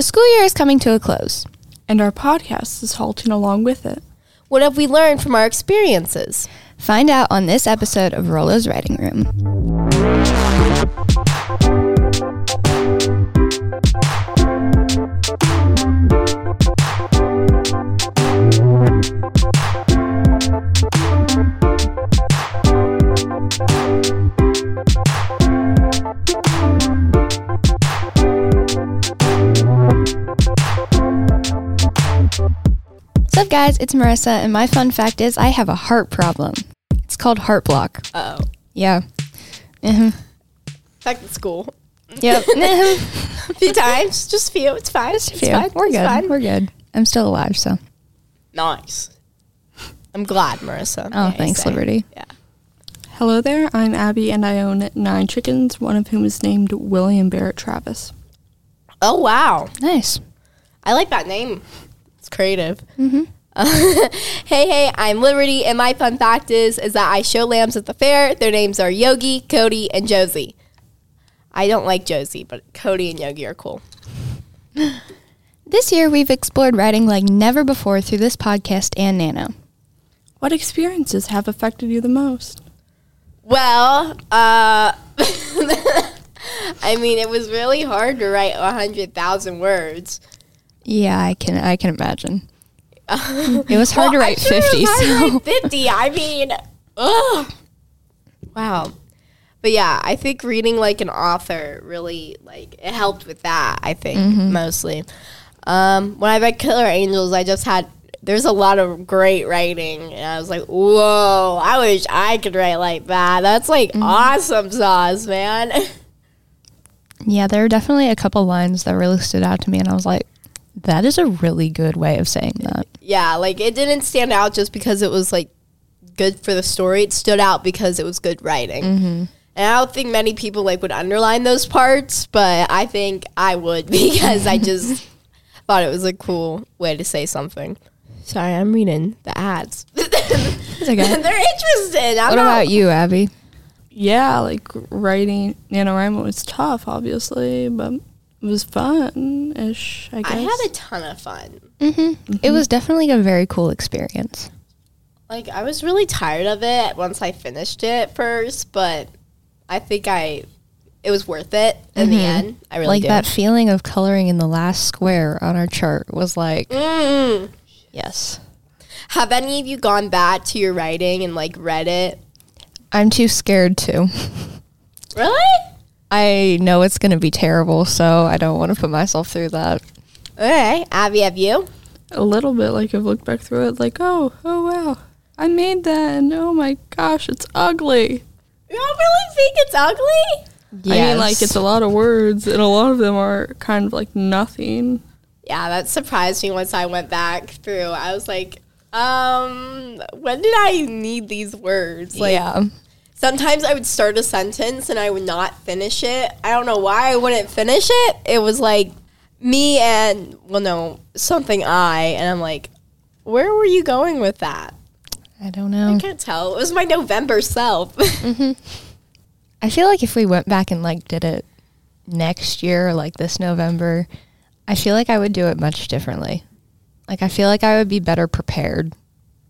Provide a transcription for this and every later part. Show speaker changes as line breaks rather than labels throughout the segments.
school year is coming to a close.
and our podcast is halting along with it.
What have we learned from our experiences?
Find out on this episode of Rollo's Writing Room. What's up, guys? It's Marissa, and my fun fact is I have a heart problem. It's called heart block.
Oh,
Yeah. Mhm.
back to school.
Yep. Mhm.
A few times, just a few. It's fine. It's
Phew.
fine.
We're
it's
good.
fine.
We're good. I'm still alive, so.
Nice. I'm glad, Marissa.
Oh,
may I
thanks,
say.
Liberty.
Yeah.
Hello there, I'm Abby and I own nine chickens, one of whom is named William Barrett Travis.
Oh wow,
Nice.
I like that name. It's creative. hey, hey, I'm Liberty, and my fun fact is is that I show lambs at the fair. Their names are Yogi, Cody, and Josie. I don't like Josie, but Cody and Yogi are cool.
This year, we've explored writing like never before through this podcast and Nano.
What experiences have affected you the most?
Well, uh, I mean, it was really hard to write 100,000 words.
Yeah, I can. I can imagine. it was hard to
Well,
write
I'm sure it
fifty.
was hard to
So
write 50. I mean, ugh. Wow. But yeah, I think reading like an author really like it helped with that, I think,
Mm-hmm.
mostly. Um, when I read Killer Angels, I just had there's a lot of great writing and I was like, Whoa, I wish I could write like that. That's like
Mm-hmm.
awesome sauce, man.
yeah, there were definitely a couple lines that really stood out to me, and I was like, "That is a really good way of saying that."
yeah, like it didn't stand out just because it was like good for the story. It stood out because it was good writing.
Mm-hmm.
And I don't think many people like would underline those parts, but I think I would because I just thought it was a cool way to say something. Sorry, I'm reading the ads.
It's okay.
They're interested. I'm
what
not-
about you, Abby?
Yeah, like writing NaNoWriMo was tough, obviously, but it was fun ish, I guess.
I had a ton of fun.
It was definitely a very cool experience.
Like I was really tired of it once I finished it first, but I think I it was worth it in the end. I really
Mm-hmm. like
do.
that feeling of coloring in the last square on our chart was like,
Mm.
yes.
Have any of you gone back to your writing and like read it?
I'm too scared to.
Really?
I know it's going to be terrible, so I don't want to put myself through that.
Okay. Abby, have you?
a little bit like I've looked back through it like, oh, oh wow. I made that and oh my gosh, it's ugly.
You don't really think it's ugly?
I mean like it's a lot of words and a lot of them are kind of like nothing.
Yeah, that surprised me once I went back through. I was like, um, when did I need these words? Like
yeah.
sometimes I would start a sentence and I would not finish it. I don't know why I wouldn't finish it. It was like me and well no, something I and I'm like, where were you going with that?
I don't
I
know.
can't tell. It was my November self.
I feel like if we went back and like did it next year, like this November, I feel like I would do it much differently. Like I feel like I would be better prepared.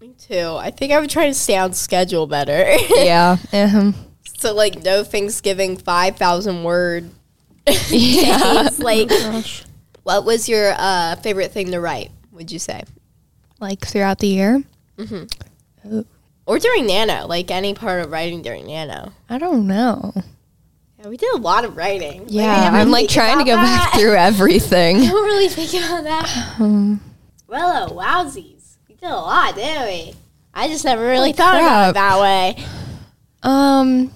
Me too. I think I would try to stay on schedule better.
yeah. Um,
so like no Thanksgiving five thousand word.
yeah.
It's
Oh
like what was your uh, favorite thing to write? Would you say?
like throughout the year.
Or during Nano, like any part of writing during Nano.
I don't know.
Yeah, we did a lot of writing. Like, I
Yeah,
never
I'm like
think
trying to
about
go
that.
back through everything. Um,
I don't really think about that. well, oh, wowsies. We did a lot, didn't we? I just never really thought about it
crap.
that way.
Um,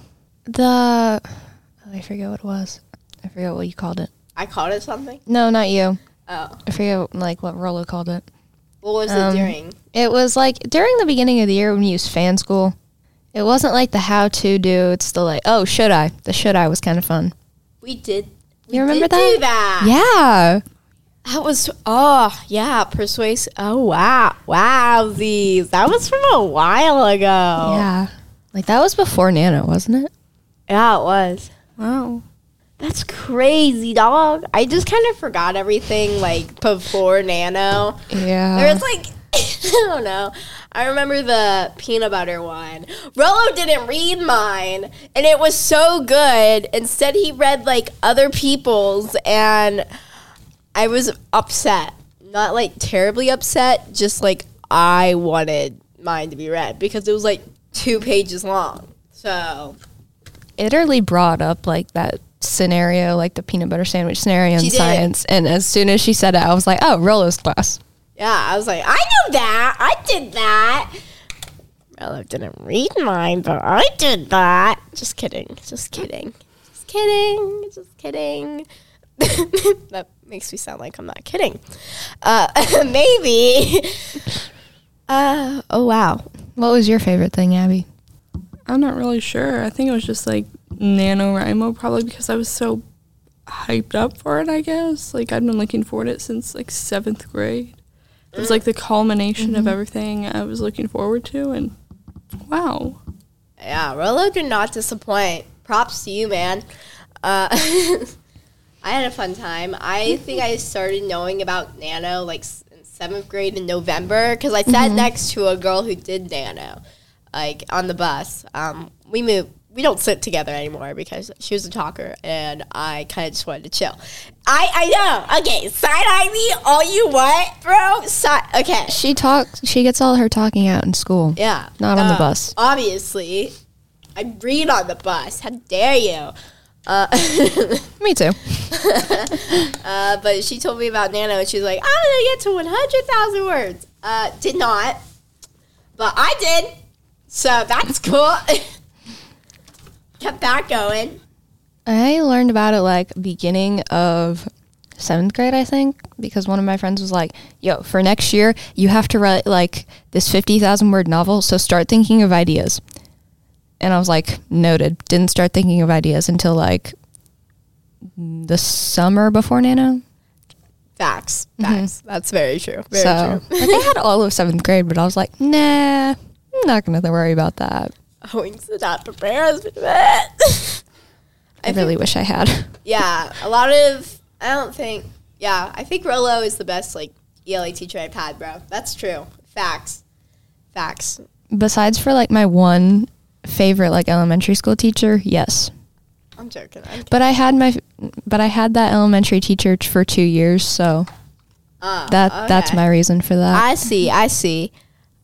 the oh, I forget what it was. I forget what you called it.
I called it something.
No, not you.
Oh,
I forget like what Rolo called it.
what was
Um,
it during?
It was like during the beginning of the year when we used fan school. It wasn't like the how to do. It's the like, oh, should I? The should I was kind of fun.
We did. We
You remember
did Do that.
Yeah.
That was oh yeah, persuasive. Oh wow, wowzies! That was from a while ago. Yeah,
Yeah. Like that was before Nano, wasn't it?
it was.
Wow.
That's crazy, dog. I just kind of forgot everything like before Nano. There
Yeah.
was like, I don't know. I remember the peanut butter one. Rolo didn't read mine, and it was so good. Instead, he read like other people's, and I was upset. Not like terribly upset, just like I wanted mine to be read because it was like two pages long. So
Italy brought up like that scenario, like the peanut butter sandwich scenario in
She did.
science. And as soon as she said it, I was like, oh, Rolo's class.
Yeah, I was like, I know that. I did that. Rella didn't read mine, but I did that. Just kidding. Just kidding. Just kidding. Just kidding. that makes me sound like I'm not kidding. Uh, maybe. Uh, oh, wow.
What was your favorite thing, Abby?
I'm not really sure. I think it was just like NaNoWriMo, probably because I was so hyped up for it, I guess. Like, I've been looking forward to it since like seventh grade. It was like the culmination of everything I was looking forward to, and wow.
Yeah, Rolo did not disappoint. Props to you, man. Uh, I had a fun time. I think I started knowing about Nano like s- in seventh grade in November because I sat next to a girl who did Nano, like on the bus. Um, we moved. We don't sit together anymore because she was a talker and I kind of just wanted to chill. I, I know. Okay, side eye me all you want, bro. Side. Okay.
She talks, she gets all her talking out in school.
Yeah.
Not on the
Uh,
bus.
Obviously. I read on the bus. How dare you? Uh,
Me too.
uh, but she told me about Nano and she's like, I'm going to get to 100,000 words. Uh, did not. But I did. So that's cool. Kept that going.
I learned about it like beginning of seventh grade, I think, because one of my friends was like, "Yo, for next year, you have to write like this fifty thousand word novel. So start thinking of ideas." And I was like, "Noted." Didn't start thinking of ideas until like the summer before Nano.
Facts. Facts. That's very true. Very
Mm-hmm. so
true.
like, I had all of seventh grade, but I was like, "Nah, I'm not gonna worry about that."
Owings did not prepare us for that.
I, really wish I had.
Yeah, a lot of I don't think. Yeah, I think Rolo is the best like ELA teacher I've had, bro. That's true. Facts, facts.
Besides for like my one favorite like elementary school teacher, yes,
I'm joking. I'm,
But I had my, but I had that elementary teacher t- for two years, so
uh,
that that's
okay.
my reason for that.
I see. I see.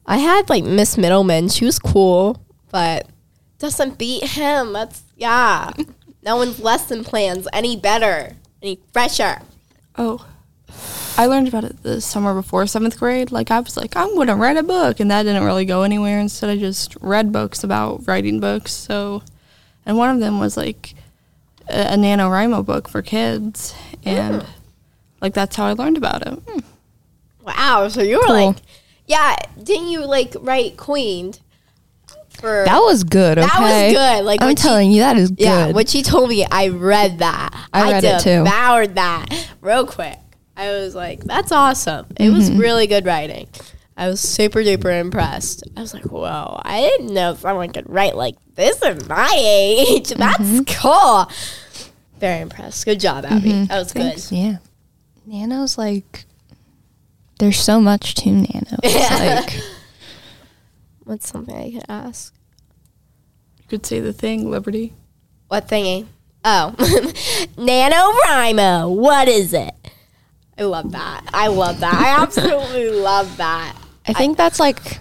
I had like Miss Middleman. She was cool, but doesn't beat him. That's yeah. no one's lesson plans any better, any fresher.
Oh, I learned about it the summer before seventh grade. Like, I was like, I'm going to write a book. And that didn't really go anywhere. Instead, I just read books about writing books. So, and one of them was like a, a NaNoWriMo book for kids. And like, that's how I learned about it.
Wow. So you were
Cool.
like, yeah. Didn't you like write Queened? For
That was good. Okay?
That was good, like,
I'm
what you-
telling you, that is good.
Yeah, what she told me, I read that.
I read it too.
devoured that real quick. I was like, that's awesome. It was
Mm-hmm.
really good writing. I was super duper impressed. I was like, whoa, I didn't know someone could write like this at my age. That's
Mm-hmm.
cool. Very impressed. Good job, Abby.
Mm-hmm.
That was good.
yeah, Nano's like, there's so much to Nano. It's like
What's something I could ask?
You could say the thing, Liberty.
What thingy? Oh, NaNoWriMo. What is it? I love that. I love that. I absolutely love that.
I think that's like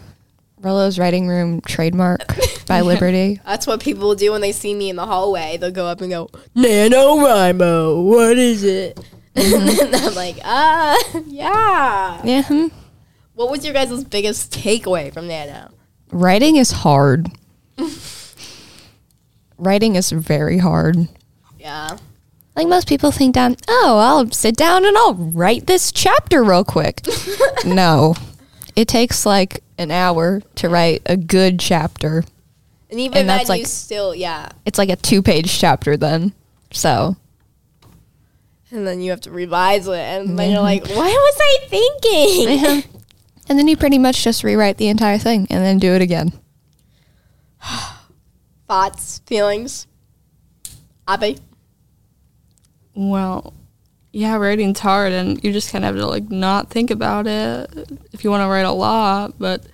Rolo's writing room trademark by Liberty.
That's what people will do when they see me in the hallway. They'll go up and go, NaNoWriMo, what is it? and I'm like, ah, yeah.
Yeah, hmm.
What was your guys' biggest takeaway from Nano?
writing is hard. writing is very hard.
Yeah.
Like most people think that, oh, I'll sit down and I'll write this chapter real quick. no. It takes like an hour to write a good chapter.
And even
And
then,
that's
you
like-
still, yeah.
It's like a two page chapter then. So
And then you have to revise it. And then you're like, what was I thinking?
and then you pretty much just rewrite the entire thing and then do it again.
Thoughts, feelings. Abby?
Well, yeah, writing's hard, and you just kind of have to like not think about it if you want to write a lot. But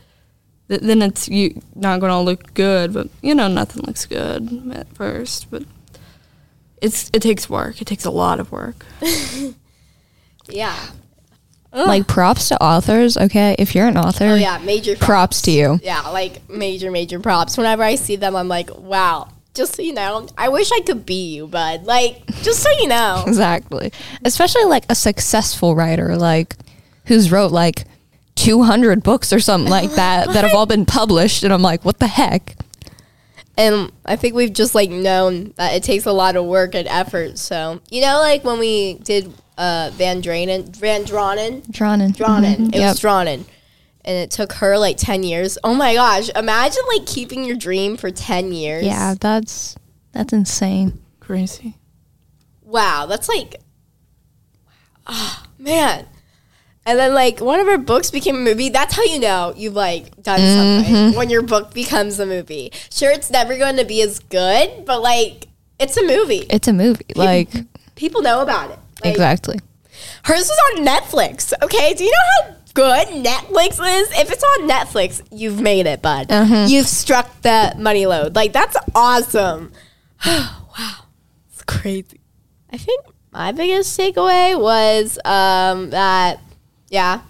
th- then it's you not going to look good. But you know, nothing looks good at first. But it's it takes work. It takes a lot of work.
Yeah.
Like props to authors. Okay, if you're an author,
Oh yeah, major props.
props to you.
Yeah, like major, major props. Whenever I see them, I'm like, wow. Just so you know, I wish I could be you, but like, just so you know,
Exactly. Especially like a successful writer, like who's wrote like 200 books or something like that that have all been published. And I'm like, what the heck?
and I think we've just like known that it takes a lot of work and effort. So you know, like when we did uh, Van Dranen, Van Dranen,
Drawn in.
Dranen,
Mhm.
it
Yep.
was Dranen, and it took her like ten years. Oh my gosh! Imagine like keeping your dream for ten years.
Yeah, that's that's insane.
Crazy.
wow, that's like, oh, man. And then like one of her books became a movie. That's how you know you've like done something when your book becomes a movie. Sure, it's never going to be as good, but like it's a movie.
It's a movie. Like
People know about it. Like,
exactly.
Hers was on Netflix. Okay, do you know how good Netflix is? If it's on Netflix, you've made it, bud. You've struck the money load. Like that's awesome. wow, it's crazy. I think my biggest takeaway was um, that yeah,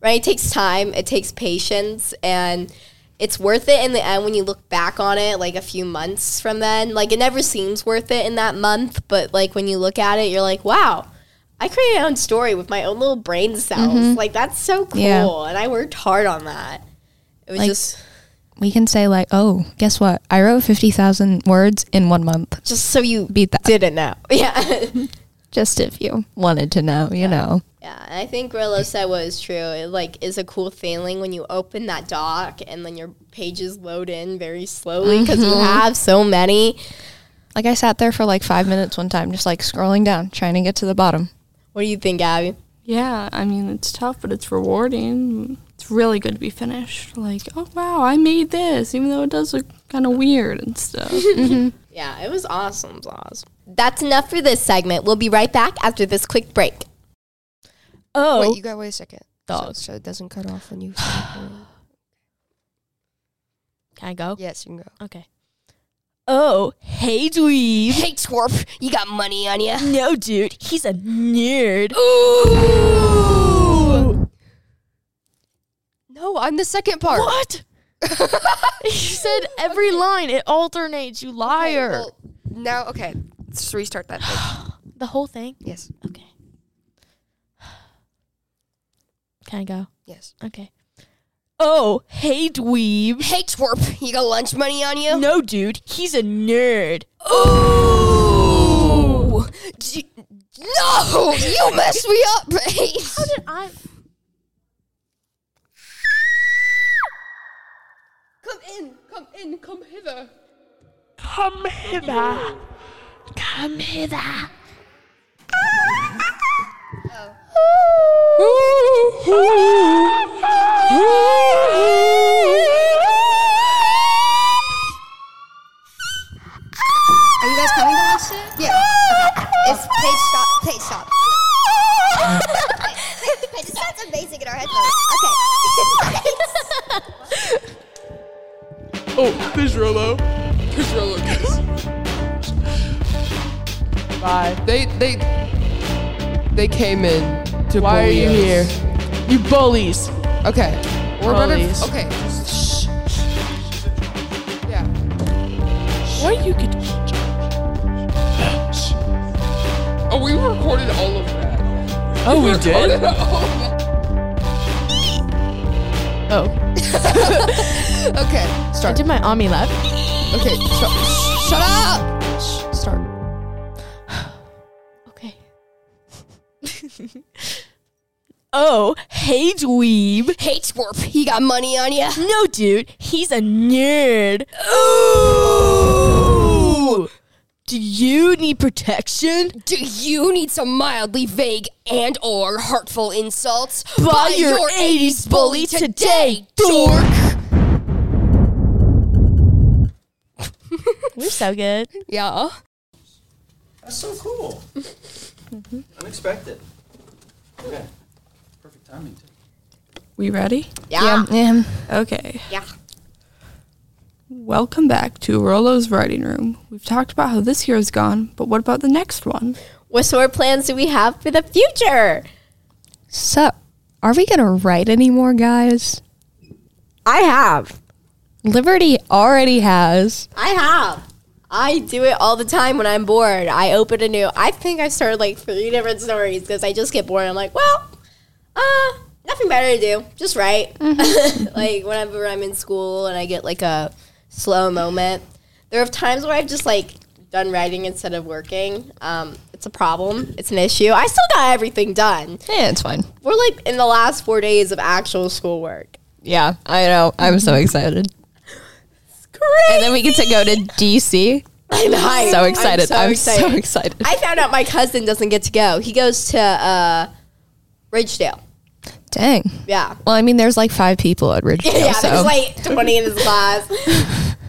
right. It takes time. It takes patience and. It's worth it in the end when you look back on it, like a few months from then. Like, it never seems worth it in that month, but like when you look at it, you're like, wow, I created my own story with my own little brain cells. Like that's so cool,
Yeah.
and I worked hard on that. It was
Like-
just
We can say like, oh, guess what? I wrote 50,000 words in one month.
just so you
Beat that.
didn't know. Yeah,
Just if you wanted to know, you know.
yeah. And I think Grillo said what is true. It like is a cool feeling when you open that doc and then your pages load in very slowly because you have so many.
Like I sat there for like five minutes one time, just like scrolling down, trying to get to the bottom.
What do you think, Abby?
Yeah, I mean it's tough, but it's rewarding. It's really good to be finished. Like, oh wow, I made this, even though it does look kind of weird and stuff.
Yeah, it was awesome, Zaz. That's enough for this segment. We'll be right back after this quick break. Oh,
Wait, you got wait a second. So-
Dog.
So, it doesn't cut off when you. start going.
can I go?
yes, you can go.
Okay. Oh, hey, dweeb.
Hey, twerp, you got money on you.
No, dude, he's a nerd. Ooh!
No, I'm the second part.
What? you said every line. It alternates. You
Okay,
liar.
well, now, okay, let's restart that. Thing.
the whole thing.
Yes,
Okay. Can I go?
yes.
Okay. Oh, hey, dweeb.
Hey, twerp, you got lunch money on you.
No, dude, he's a nerd.
Ooh. D- no, you messed me up, Paige.
How did I?
Come in, come in, come hither.
Come hither. Come hither.
Are you guys coming to watch it? Yeah. Okay. It's Paige Stop. Paige Stop. Paige, Paige, it sounds amazing in our headphones. Okay.
Oh, there's Rolo. There's Rolo, guys. Bye.
They they they came in to
Why are
bully
you
us.
here? You bullies.
Okay. We're
Bullies.
better Okay. Shh. Yeah.
Why you could.
Oh, we recorded all of that.
Oh, we did? Oh.
Okay.
I
Start.
did my army lap.
Okay. Shut, shh, shut up. Shh, Start.
Okay. oh, hey, dweeb.
Hey, Twerp, he got money on you.
No, dude, he's a nerd. Ooh. Do you need protection?
Do you need some mildly vague and or hurtful insults?
Buy your 80s bully today,
dork.
We're so good.
Yeah.
That's so cool.
Unexpected. Okay. Perfect timing, too.
We ready?
Yeah.
yeah.
Okay.
Yeah.
Welcome back to Rolo's writing room. We've talked about how this year is gone, but what about the next one?
What sort of plans do we have for the future?
So, are we going to write anymore, guys?
I have.
Liberty already has.
I have. I do it all the time when I'm bored. I open a new. I think I started like three different stories because I just get bored. I'm like, well, uh, nothing better to do. Just write.
Mm-hmm.
like whenever I'm in school and I get like a slow moment. There are times where I've just like done writing instead of working. Um, it's a problem. It's an issue. I still got everything done.
Yeah, it's fine.
We're like in the last four days of actual schoolwork.
Yeah, I know. I'm so excited.
Great.
And then we get to go to DC.
I'm hyped.
So excited. I'm so excited.
I found out my cousin doesn't get to go. He goes to uh, Ridgedale.
Dang.
Yeah.
Well, I mean, there's like five people at Ridgeville.
Yeah,
so.
there's like 20 in his class.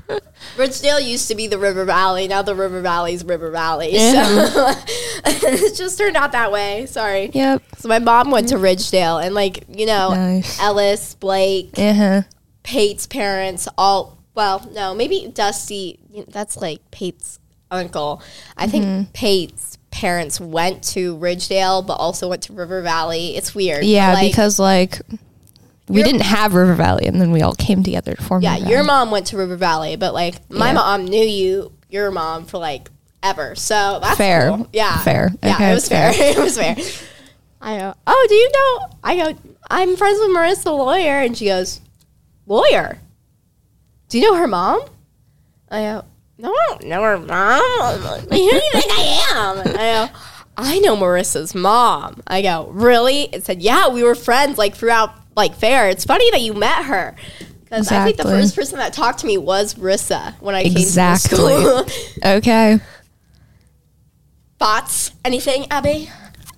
Ridgedale used to be the River Valley. Now the River Valley's River Valley. So it just turned out that way. Sorry.
yep.
So my mom went to Ridgedale and, like, you know,
Nice.
Ellis, Blake,
Uh huh.
Pate's parents all well, no, maybe Dusty. That's like Pate's uncle. I
Mm-hmm.
think Pate's parents went to Ridgedale, but also went to River Valley. It's weird.
Yeah,
Like,
because like we
Your-
didn't have River Valley, and then we all came together to form.
yeah,
River
your
Valley.
mom went to River Valley, but like my
Yeah.
mom knew you, your mom for like ever. So that's
Fair.
cool. Yeah,
Fair.
Yeah,
Okay,
it was fair. it was fair. I go. Oh, do you know? I go. I'm friends with Marissa, the lawyer, and she goes, lawyer. Do you know her mom? I go. No, I don't know her mom. I'm like, Who do you think I am? I go. I know Marissa's mom. I go, really? It said, yeah, we were friends like throughout like fair. It's funny that you met her. Because I think the
Exactly.
first person that talked to me was Rissa when I
Exactly.
came to the school.
okay.
Thoughts? Anything, Abby?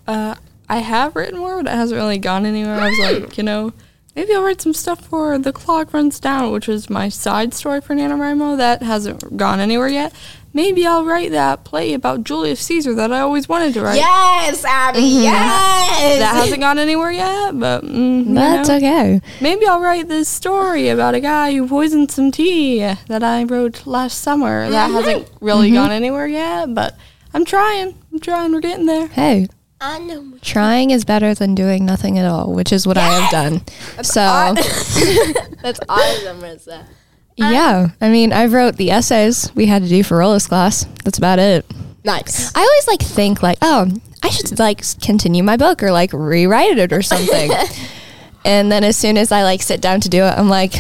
Uh, I have written more, but it hasn't really gone anywhere. I was
Hmm.
like, you know, maybe I'll write some stuff for The Clock Runs Down, which is my side story for NaNoWriMo. That hasn't gone anywhere yet. Maybe I'll write that play about Julius Caesar that I always wanted to write.
Yes, Abby.
Mm-hmm.
Yes.
That hasn't gone anywhere yet, but mm, you
That's
know.
okay.
Maybe I'll write this story about a guy who poisoned some tea that I wrote last summer.
Mm-hmm.
That hasn't really gone anywhere yet, but I'm trying. I'm trying. We're getting there.
Hey,
I know.
trying is better than doing nothing at all, which is what I have done. so
That's awesome, Marissa. Um,
yeah, I mean, I wrote the essays we had to do for Rolla's class. That's about it.
Nice.
I always like think like, oh, I should like s- continue my book or like rewrite it or something. and then as soon as I like sit down to do it, I'm like,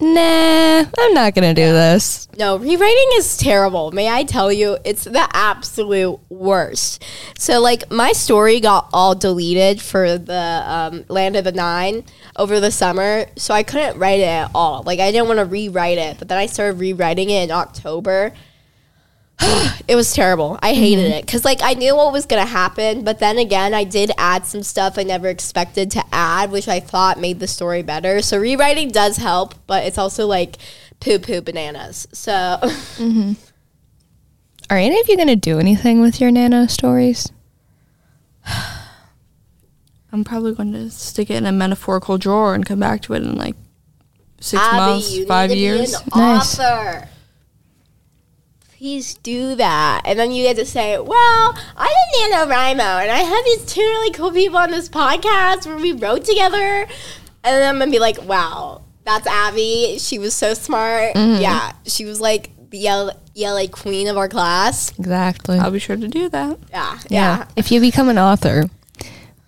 nah, I'm not gonna do this.
No, rewriting is terrible. May I tell you, it's the absolute worst. So, like, my story got all deleted for the um, Land of the Nine over the summer, so I couldn't write it at all. Like, I didn't want to rewrite it, but then I started rewriting it in October. it was terrible. I hated it because, like, I knew what was going to happen, but then again, I did add some stuff I never expected to add, which I thought made the story better. So, rewriting does help, but it's also like poo poo bananas. So,
Are any of you gonna do anything with your nano stories?
I'm probably going to stick it in a metaphorical drawer and come back to it in like six
Abby,
months,
you
five
need to
years.
be an
Nice.
author. Please do that. And then you get to say, well, I'm in NaNoWriMo, and I have these two really cool people on this podcast where we wrote together. And then I'm going to be like, wow, that's Abby. She was so smart. Yeah, she was like the L- ELA queen of our class.
Exactly.
I'll be sure to do that.
Yeah,
Um, yeah.
yeah,
If you become an author,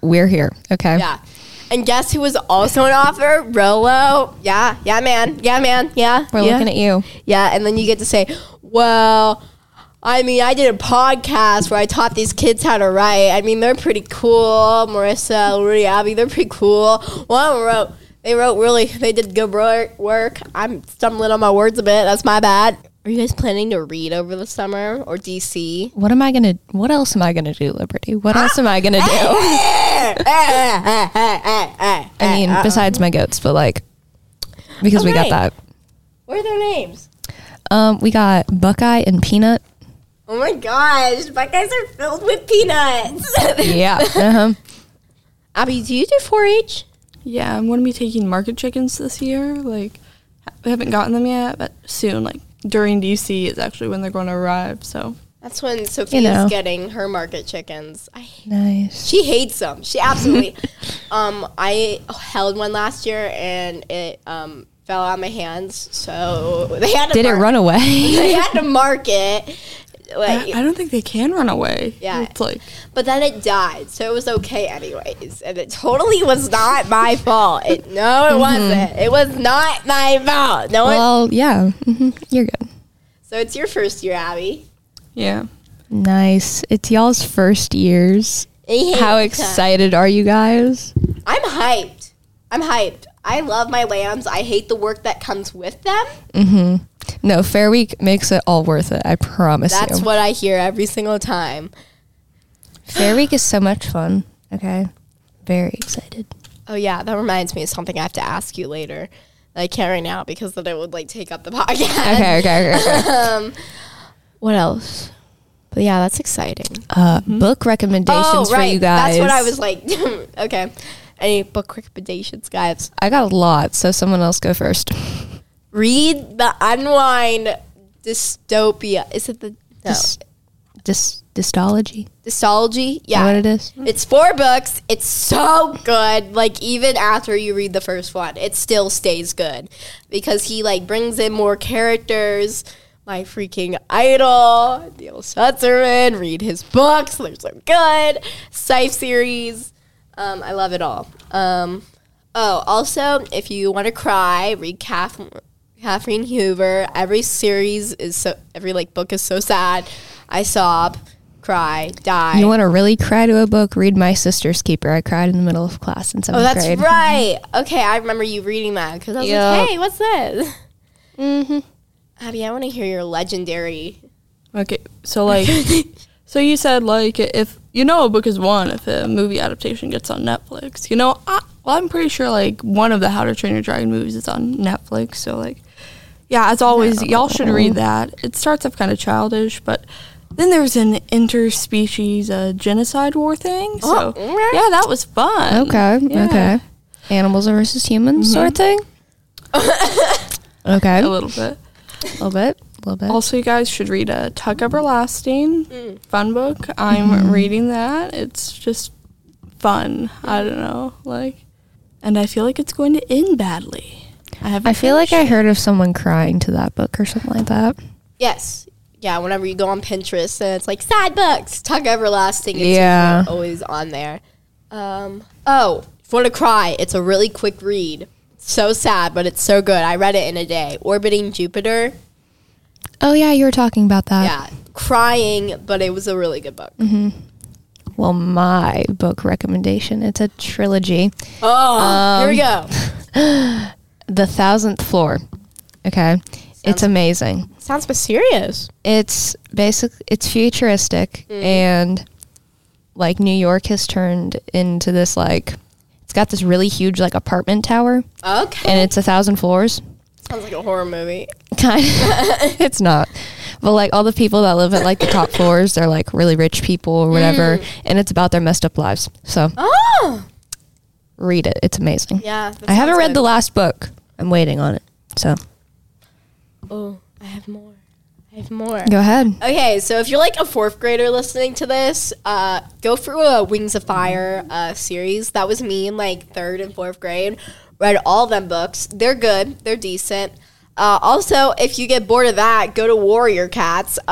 we're here. Okay.
yeah. And guess who was also an author? Rolo. Yeah, yeah, man. Yeah, man. Yeah.
We're
yeah.
looking at you.
Yeah, and then you get to say, "Well, I mean, I did a podcast where I taught these kids how to write. I mean, they're pretty cool. Marissa, Rudy, Abby, they're pretty cool. One of them wrote, they wrote really, they did good wor- work. I'm stumbling on my words a bit. That's my bad. Are you guys planning to read over the summer or DC?
What am I gonna what else am I gonna do, Liberty? What else am I gonna do?
I
I uh-uh. mean, besides my goats, but like because we got
Alright.
that.
what are their names?
Um, we got Buckeye and Peanut.
Oh my gosh, my guys are filled with peanuts.
Yeah. Uh-huh.
Abby, do you do 4-H?
Yeah, I'm gonna be taking market chickens this year. Like, ha- we haven't gotten them yet, but soon. Like during DC is actually when they're gonna arrive. So
That's when Sophia's
know.
getting her market chickens. I
Nice.
She hates them. She absolutely. um, I held one last year and it um, fell out of my hands. So they had to
Did it
mark-
run away?
They had to mark it.
I,
Like,
I don't think they can run away.
Yeah.
it's like
but then it died, so it was okay anyways. And it totally was not my fault. It, no, it wasn't. It was not my fault. No, one,
Mm-hmm. well, yeah. hmm You're good.
so it's your first year, Abby.
yeah.
Nice. It's y'all's first years. How excited are you guys?
I'm hyped. I'm hyped. I love my lambs. I hate the work that comes with them.
Mm-hmm. No, Fair Week makes it all worth it. I promise
That's
you.
what I hear every single time.
Fair Week is so much fun. Okay. Very excited.
Oh yeah, that reminds me of something I have to ask you later. that I can't right now because then it would like take up the podcast.
Okay, okay, okay. okay.
What else? But yeah, that's exciting.
Uh, book recommendations for you guys.
Oh, That's what I was like. okay. Any book recommendations, guys?
I got a lot, so someone else go first.
Read the Unwind Dystopia. Is it the no.
Dys- dys- dystology. Is
Dystology?
that
Yeah.
what it is?
It's four books. It's so good. Like even after you read the first one, it still stays good because he like brings in more characters. My freaking idol, Neil Sutherland. Read his books; they're so good. Scythe series. Um, I love it all. Um, oh, also, if you want to cry, read Kath- Catherine Hoover. Every series is so. Every like book is so sad. I sob, cry, die.
You want to really cry to a book? Read My Sister's Keeper. I cried in the middle of class in seventh
Oh, that's
grade.
right. Okay, I remember you reading that because I was
Yeah.
like, "Hey, what's this?" Mm-hmm. Abby, I want to hear your legendary.
Okay, so like, so you said like if you know a book is one if a movie adaptation gets on Netflix, you know, I, well I'm pretty sure like one of the How to Train Your Dragon movies is on Netflix. So like, yeah, as always, y'all should read that. It starts off kind of childish, but then there's an interspecies uh, genocide war thing. So
okay.
yeah, that was fun.
Okay,
Yeah.
okay. Animals versus humans, sort of thing. okay,
a
a
little bit.
little bit, a little bit.
Also, you guys should read a Tuck Everlasting fun book. I'm
Mm-hmm.
reading that. It's just fun. I don't know, like, and I feel like it's going to end badly. I have.
I feel like I heard of someone crying to that book or something like that.
Yes, yeah. Whenever you go on Pinterest and it's like sad books, Tug Everlasting. It's
Yeah.
usually always on there. Um. Oh, want to cry? It's a really quick read. So sad, but it's so good. I read it in a day. Orbiting Jupiter.
Oh yeah, you were talking about that.
Yeah, crying, but it was a really good book.
mm-hmm. Well, my book recommendation. It's a trilogy.
Oh, here we go.
Um, The Thousandth Floor. Okay, it's amazing.
Sounds mysterious.
it's basic it's futuristic
Mm-hmm.
and like New York has turned into this like it's got this really huge like apartment tower
Okay,
and it's a thousand floors
sounds like a horror movie.
kind of it's not but like all the people that live at like the top floors they're like really rich people or whatever
Mm-hmm.
and it's about their messed up lives so
Oh,
read it it's amazing
yeah. that
I haven't
sounds
read
good.
the last book I'm waiting on it so
Oh, I have more. I have more.
go ahead
Okay, so if you're like a fourth grader listening to this, uh, go through a Wings of Fire uh, series. That was me in like third and fourth grade. Read all them books. They're good. They're decent. Uh, also, if you get bored of that, go to Warrior Cats. Um,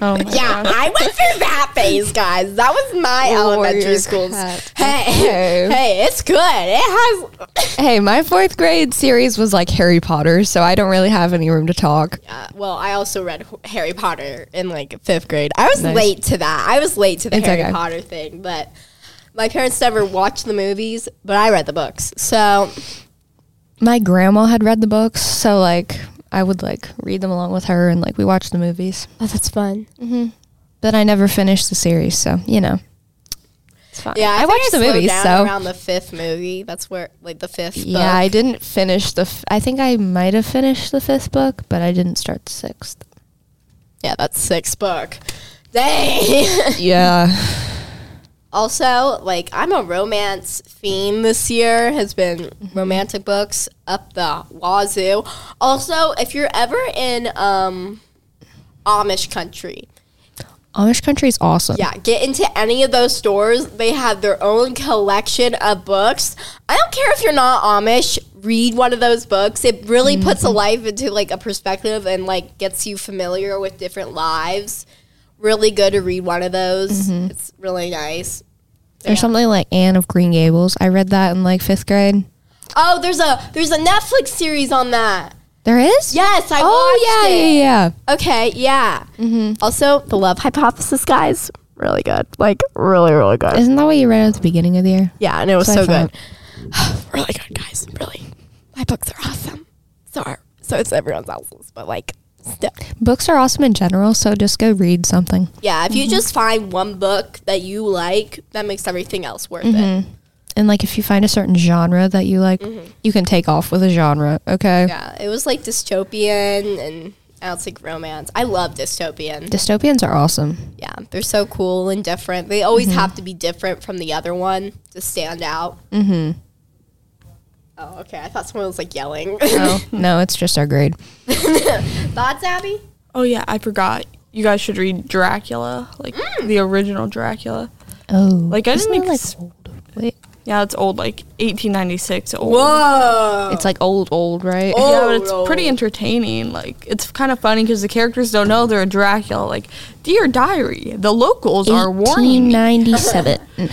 Oh
yeah, I went through that phase, guys. That was my elementary school. Hey,
Okay.
hey, it's good. It has
hey my fourth grade series was like Harry Potter so I don't really have any room to talk
Uh, well, I also read H- Harry Potter in like fifth grade. I was
Nice.
late to that. I was late to the
It's
Harry
okay.
Potter thing, but my parents never watched the movies, but I read the books. So
my grandma had read the books, so like I would like read them along with her, and like we watched the movies. Mm-hmm.
oh, that's fun.
But I never finished the series, so you know. It's fine.
Yeah, I,
I,
think
watched
I
the
slowed
movies,
down
so
around the fifth movie, that's where like the fifth.
yeah, I
book.
didn't finish the. F- I think I might have finished the fifth book, but I didn't start the sixth.
Yeah, that's six book. Dang.
Yeah.
also, like I'm a romance fiend this year has been romantic books up the wazoo. Also, if you're ever in um Amish country,
Amish country is awesome.
Yeah, get into any of those stores. They have their own collection of books. I don't care if you're not Amish, read one of those books. It really puts a life into like a perspective and like gets you familiar with different lives. Really good to read one of those. It's really nice.
There's
Yeah.
something like Anne of Green Gables. I read that in like fifth grade.
Oh, there's a there's a Netflix series on that.
There is?
Yes, I
Oh yeah,
watched it.
yeah, yeah.
Okay, yeah. Also, the Love Hypothesis guys, really good. Like really, really good.
Isn't that what you read at the beginning of the year?
Yeah, and it was
So I
so,
found-
good. really good, guys. Really. My books are awesome. So are, so it's everyone else's, but like still.
Books are awesome in general, so just go read something.
Yeah, if you just find one book that you like, that makes everything else worth it.
Mm-hmm. And like if you find a certain genre that you like, you can take off with a genre, okay?
Yeah, it was like dystopian and I don't think romance. I love dystopian.
Dystopians are awesome.
Yeah, they're so cool and different. They always have to be different from the other one to stand out. Mm-hmm. Oh, okay. I thought someone was like yelling.
no, it's just our grade.
Thoughts, Abby?
Oh yeah, I forgot. You guys should read Dracula, like the original Dracula.
Oh.
Like, I
isn't
didn't
it,
ex-
like old. Wait.
Yeah, it's old, like 1896 old.
Whoa.
It's like old old, right?
Yeah, but it's
old,
pretty
old.
entertaining. Like, it's kind of funny because the characters don't know they're a Dracula. Like, dear diary, the locals are warning. Me.
1897.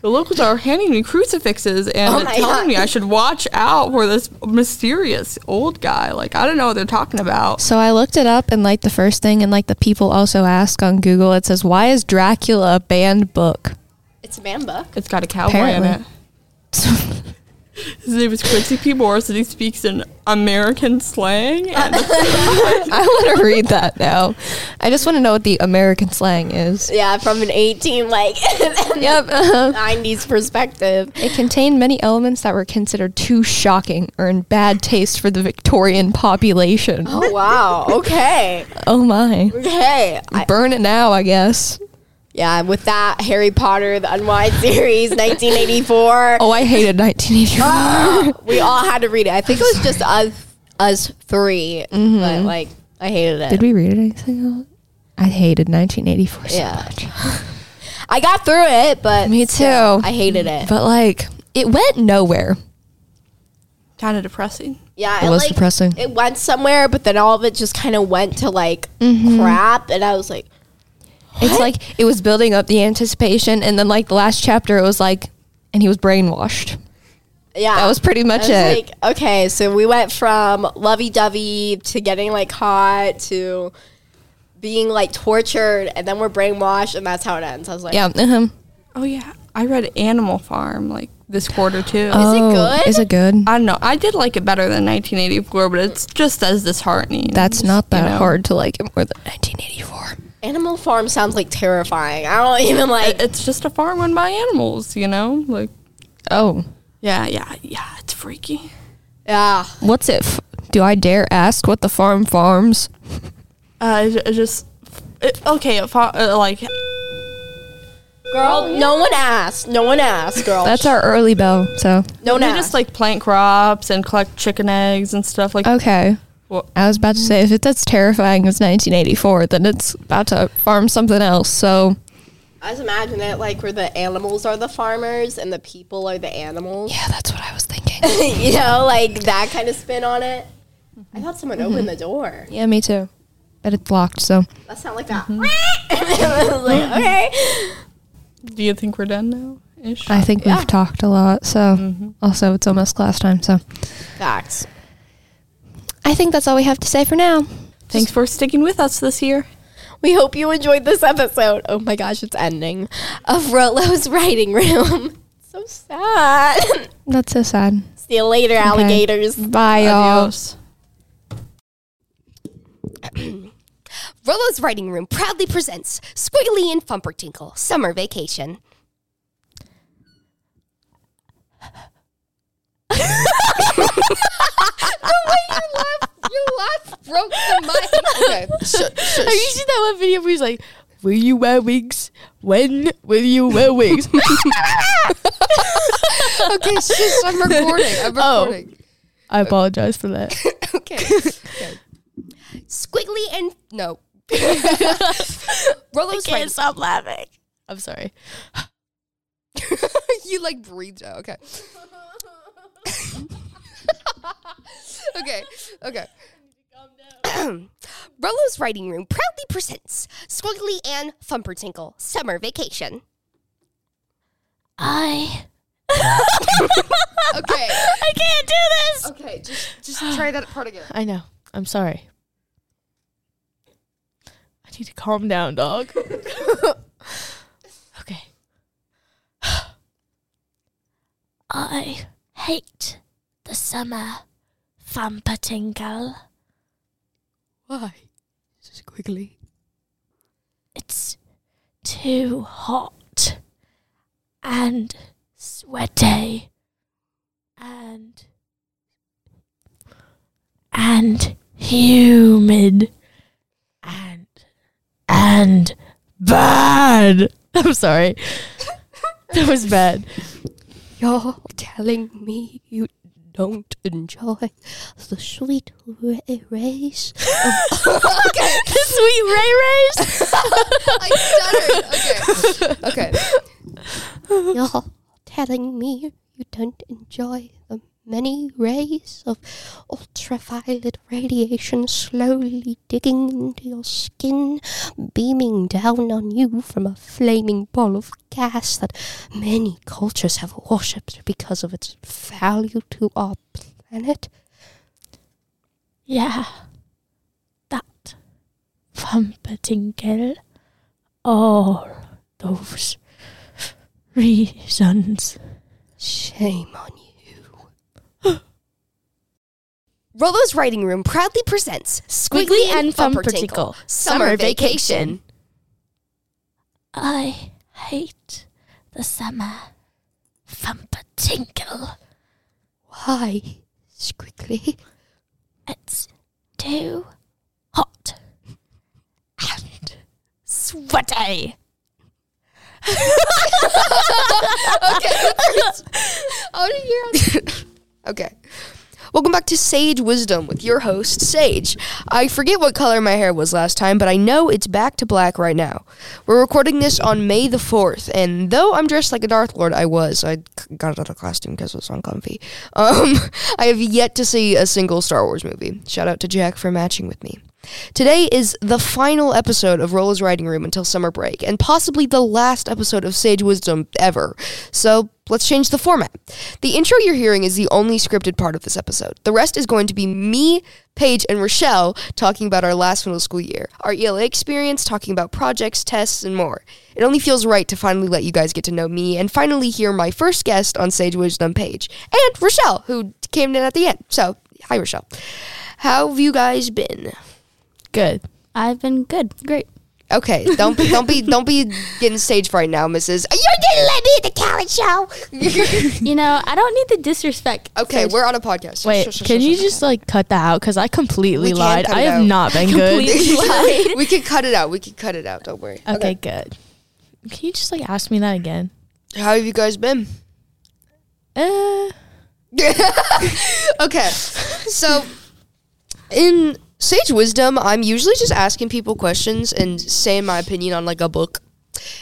The locals are handing me crucifixes and
Oh my
telling
God.
me I should watch out for this mysterious old guy. Like, I don't know what they're talking about.
So I looked it up, and like the first thing, and like the people also ask on Google, it says, "Why is Dracula a banned book?"
It's a man book.
It's got a cowboy in
Apparently.
it. His name is Quincy P. Morris, and he speaks in American slang. And
I want to read that now. I just want to know what the American slang is.
Yeah, from an 18 like
Yep.
90s perspective.
It contained many elements that were considered too shocking or in bad taste for the Victorian population. Oh,
Oh wow. Okay.
my.
Okay. I,
Burn it now, I guess.
yeah, with that Harry Potter the Unwind series 1984.
Oh, I hated 1984.
uh, We all had to read it. I think it was just us us 3, but like I hated it.
Mm-hmm. Did we read anything else? I hated 1984 so
Yeah.
much.
I got through it, but
Me
still,
too.
I hated it.
But like, it went nowhere.
kind of depressing.
Yeah,
It was depressing.
It went somewhere, but then all of it just kind of went to like
Mm-hmm.
crap and I was like,
It's like it was building up the anticipation, and then like the last chapter, it was like, and he was brainwashed.
yeah.
That was pretty much
I was
it.
Like, okay, so we went from lovey dovey to getting like hot to being like tortured, and then we're brainwashed, and that's how it ends. I was like,
yeah. Uh-huh.
Oh yeah, I read Animal Farm like this quarter too.
Is it good?
Oh, Is it good?
I don't know. I did like it better than 1984, but it's just as disheartening.
That's not that
know.
hard to like it more than 1984.
Animal Farm sounds like terrifying. I don't even like.
It's just a farm run by animals, you know. Like
Oh,
yeah, yeah, yeah. It's freaky.
Yeah,
what's it? F- Do I dare ask what the farm farms?
Uh, it, it just it, okay. It, fa- uh, like
girl. No one asked. No one asked, girl.
That's our early bell. So
no one
they
asked.
just like plant crops and collect chicken eggs and stuff. Like
okay.
Well-
I was about to say if it's as terrifying as 1984, then it's about to farm something else. So
I just imagine it like where the animals are the farmers and the people are the animals.
yeah, that's what I was thinking.
you know, like that kind of spin on it. I thought someone
Mm-hmm.
opened the door.
yeah, me too. But it's locked. So
That sounded like that.
Mm-hmm.
I was like, okay.
do you think we're done now? Ish.
I think we've talked a lot. So
Mm-hmm.
also it's almost class time. So
Facts.
I think that's all we have to say for now.
Thanks for sticking with us this year.
We hope you enjoyed this episode. Oh my gosh, it's ending of Rolo's writing room. so sad.
That's so sad.
See you later, alligators.
Bye, y'all.
Adios.
Rollo's Writing Room proudly presents Squiggly and Fumpertinkle Summer Vacation.
laugh broke the mic.
Okay. Sh- sh-
Have you seen that one video where he's like, "Will you wear wigs? When will you wear wigs?"
okay, shush, I'm recording. I'm
Oh.
recording.
I apologize for that.
Okay. okay.
Squiggly and
No.
I
Rolo's
can't stop laughing. I'm sorry.
you like breathed out. Okay. okay. Okay.
Rollo's Writing Room proudly presents Squiggly and Thumpertinkle Summer Vacation. I.
Okay.
I can't do this.
Okay. Just just try that part again.
I know. I'm sorry. I need to calm down, dog. okay.
I hate the summer, Fumpertinkle.
Why? Just quickly.
It's too hot and sweaty and and humid and and
Bad. I'm sorry. that was bad.
You're telling me you don't enjoy the sweet race?
The sweet Ray Rays.
I stuttered. Okay. Okay.
You're telling me you don't enjoy the many rays of ultraviolet radiation slowly digging into your skin, beaming down on you from a flaming ball of gas that many cultures have worshipped because of its value to our planet?
yeah that Fumpertinkle all those reasons.
Shame on you. Rollo's Writing Room proudly presents Squiggly,
Squiggly and
and
Thumpertinkle
Thumpertinkle Summer Vacation.
I hate the summer. Fumpertinkle.
Why, Squiggly?
It's too hot and sweaty.
Okay. Welcome back to Sage Wisdom with your host, Sage. I forget what color my hair was last time, but I know it's back to black right now. We're recording this on May the 4th, and though I'm dressed like a Darth Lord, I was. I c- got out of costume because it was uncomfy. Um, I have yet to see a single Star Wars movie. Shout out to Jack for matching with me. Today is the final episode of Rola's Writing Room until summer break, and possibly the last episode of Sage Wisdom ever. So let's change the format. The intro you're hearing is the only scripted part of this episode. The rest is going to be me, Paige, and Rochelle talking about our last middle school year, our ELA experience, talking about projects, tests, and more. It only feels right to finally let you guys get to know me and finally hear my first guest on Sage Wisdom, Paige, and Rochelle, who came in at the end. So, hi, Rochelle. How have you guys been?
Good.
I've been good. Great.
Okay, don't be, don't be don't be getting stage fright now, Mrs.
You didn't let me at the talent show.
You know, I don't need the disrespect.
Oh,
Okay, we're on a podcast.
Wait,
Shush, shush,
can
shush,
you
shush.
just like cut that out? Because I completely
We can
lied.
cut
I
it
have
out.
not been good.
we could cut it out. We could cut it out. Don't worry.
Okay, good. Can you just like ask me that again?
How have you guys been?
Uh,
Okay, so in Sage Wisdom, I'm usually just asking people questions and saying my opinion on like a book,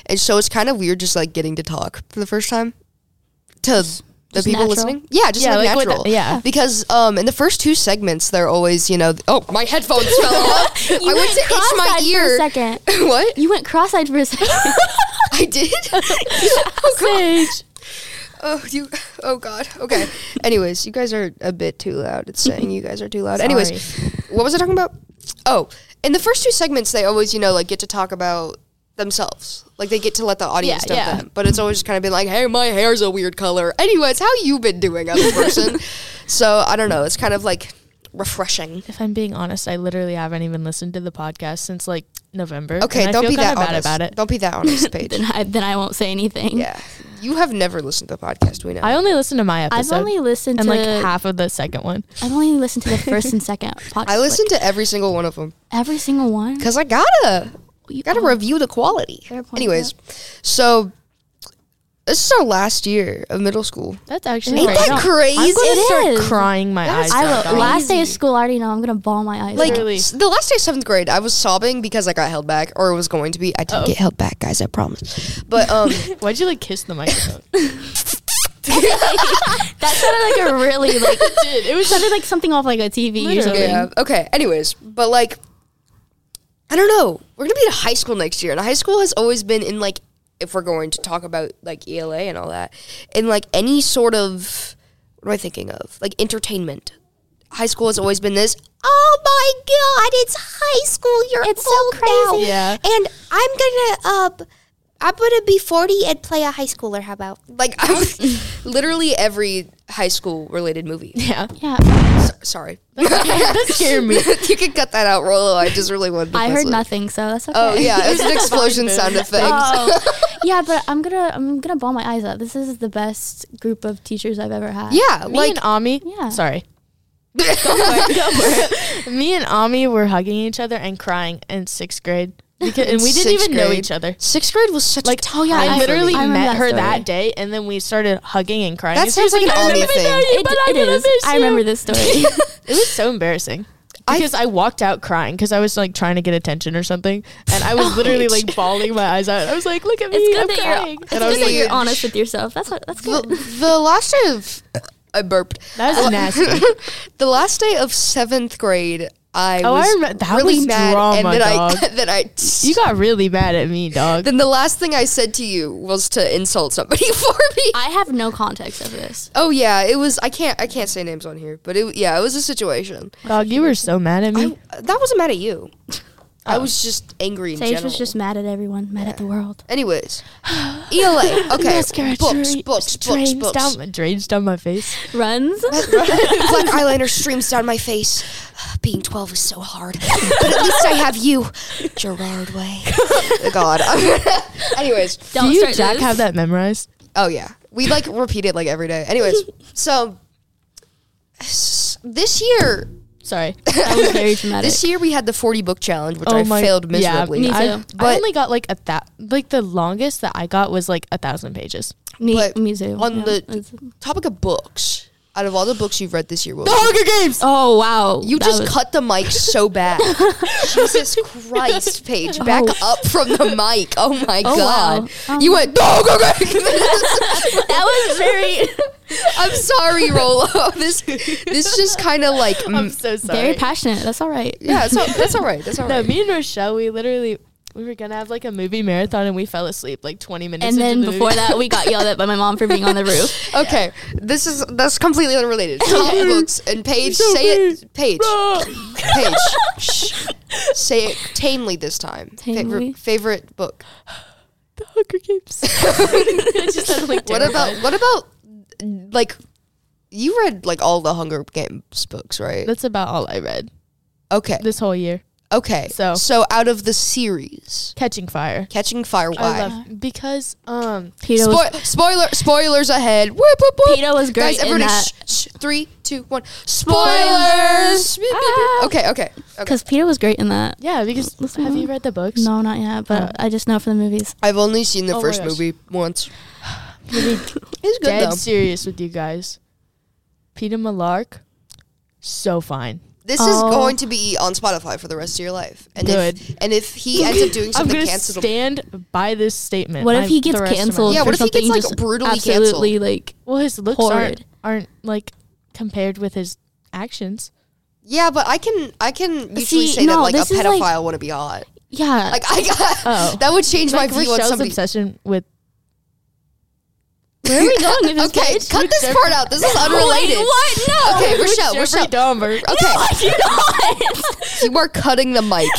and so it's kind of weird just like getting to talk for the first time to the people
natural.
listening. Yeah, just
Yeah,
like,
like with
natural.
the- yeah.
because um, in the first two segments, they're always you know, th- oh my headphones fell off. I went to itch my
for a
ear.
second.
What?
You went cross-eyed for a second.
I did.
Sage.
Oh, you. Oh God. Okay. Anyways, you guys are a bit too loud. It's saying you guys are too loud. Anyways, what was I talking about? Oh, in the first two segments, they always, you know, like get to talk about themselves. Like they get to let the audience
Yeah,
know
yeah.
them. But it's always just kind of been like, hey, my hair's a weird color. Anyways, how you been doing, other person? so I don't know. It's kind of like refreshing.
If I'm being honest, I literally haven't even listened to the podcast since like November.
Okay,
and I
don't
feel
be
kinda
that
bad
honest.
about it.
Don't be that honest, Paige.
then I then I won't say anything.
yeah, You have never listened to the podcast. We know.
I only listened to my
I've
episode.
only listened
and
to-
like half of the second one.
I've only listened to the first and second podcast.
I listened to every single one of them
every single one.
because I gotta, you gotta review the quality. Anyways, so this is our last year of middle school.
That's actually
Ain't
crazy.
that crazy?
I'm gonna
It
start
is.
crying my eyes
I
out.
will,
dog.
last day of school, I already know I'm gonna ball my eyes.
Like
out.
Literally.
s- the last day of seventh grade, I was sobbing because I got held back, or was going to be. I
Oh.
didn't get held back, guys. I promise. But um,
Why'd you like kiss the microphone?
that sounded like a really like it was sounded like something off like a TV or something.
yeah. Okay. Anyways, but like, I don't know. We're gonna be in high school next year, and high school has always been in like, if we're going to talk about like ELA and all that, in like any sort of what am I thinking of? Like entertainment. High school has always been this. Oh my god! It's high school. You're
It's so
old now,
crazy.
Yeah.
And I'm gonna uh I'm gonna be forty and play a high schooler, how about?
Like I was literally every high school related movie.
yeah.
Yeah,
S- sorry.
That scared me.
you can cut that out, Rolo. I just really wanted to
I
press
heard
it.
nothing, so that's okay.
Oh yeah, it's an explosion sound effect.
Oh,
yeah, but I'm gonna I'm gonna ball my eyes out. This is the best group of teachers I've ever had.
Yeah,
Me
like
and Ami.
Yeah.
Sorry. Me and Ami were hugging each other and crying in sixth grade. Because, and we didn't
sixth
even know
grade.
each other.
sixth grade was such
Like,
a
oh yeah,
I
I
remember-
literally
I remember
met
that
her
story.
that day, and then we started hugging and crying.
That
And she
sounds
was
like an
"I
Ami
remember
thing.
that,
It,
but
it
gonna
is.
miss
I
you."
remember this story.
It was so embarrassing
I-
because I, walked out crying because I was like trying to get attention or something, and I was literally like bawling my eyes out. I was like, "Look at me,
it's good
I'm
that
crying."
you're Oh, it's
And I was
good that
like,
you're honest with yourself. That's what that's
the,
good.
the last day of I burped. Uh,
"That was nasty."
the last day of seventh grade, I
Oh, I
was
remember- that
really
was
mad, and
drama,
then I
dog.
then I
You got really mad at me, dog.
then the last thing I said to you was to insult somebody for me.
I have no context of this.
oh yeah, it was. I can't I can't say names on here, but it yeah, it was a situation.
dog, you were so mad at me. Oh.
I, that wasn't mad at you. I was just angry in
Sage
general.
was just mad at everyone, mad at the world.
Anyways, ELA. Okay,
Mascara
books,
dra-
books, books,
drains
books.
down, drains down my face.
Runs.
Black eyeliner streams down my face. Being 12 is so hard. But at least I have you, Gerard Way. God. Anyways,
Don't
Do you,
start
Jack,
this.
have that memorized?
oh yeah. We like repeat it like every day. Anyways, so s- this year,
Sorry.
That was very traumatic.
this year we had the 40 book challenge, which I failed miserably.
Oh me
Oh Yeah, I,
too.
I
But-
only got like a that. Like the longest that I got was like a thousand pages.
Me,
but
me too.
on
Yeah.
the-
It's-
Topic of books. Out of all the books you've read this year, what was
Hunger Games.
Oh wow!
You
That
just
was-
cut the mic so bad. Jesus Christ, Paige. Back up from the mic. Oh my
Oh, wow.
God.
Um,
you went, dog,
That was very,
I'm sorry, Rolo. This this just kind of like.
I'm
mm,
so sorry.
very passionate. That's all right.
yeah, so, that's all right. That's all
No,
right.
me and Rochelle, we literally we were gonna have like a movie marathon and we fell asleep like 20 minutes. into
And then
the
before
movie.
that, we got yelled at by my mom for being on the roof.
Okay, this is that's completely unrelated. Top books and Paige, say it, Paige, Paige, shh, say it tamely this time.
Tamely?
Favorite favorite book.
the Hunger Games. It just sounded, like,
What about
terrified.
what about like you read like all the Hunger Games books, right?
That's about all I read
Okay.
this whole year.
Okay.
So-
so out of the series,
Catching Fire.
Catching Fire,
I
why?
love because um
Peter was,
Spoil spoiler spoilers ahead. Whoop, whoop, whoop.
Peter was
Guys,
great in
everybody,
that
Shh, shh, three, two, one. Spoilers. Beep, beep,
Ah!
beep. Okay, okay. okay.
because Peter was great in that.
yeah because
Listen,
have
Mom.
you read the books?
No, not yet, but I just know from the movies.
I've only seen the
Oh my
first
gosh.
movie once.
Really
It's good
dead
though.
serious with you guys. Peter Malark, so fine.
This
Oh.
is going to be on Spotify for the rest of your life. And if
Good.
and if he ends up doing
I'm
something
gonna
canceled,
stand by this statement.
What if
I'm-
he
the
gets
rest of my
canceled?
life.
Yeah,
for
what if he gets,
something
like,
just
brutally
absolutely like?
Well, his looks
Horrid.
aren't aren't like compared with his actions.
yeah, but I can I can usually
See,
say that
no,
like a
this is, like-
pedophile wouldn't be hot.
Yeah,
Like I got
Oh.
that would change
Like
my view on
Rochelle's
somebody.
obsession with
Where are we going with this?
okay,
bitch?
cut this part out. This is unrelated.
what? No.
Okay, Rochelle, Rochelle.
Dahmer.
Okay. you are cutting the mic.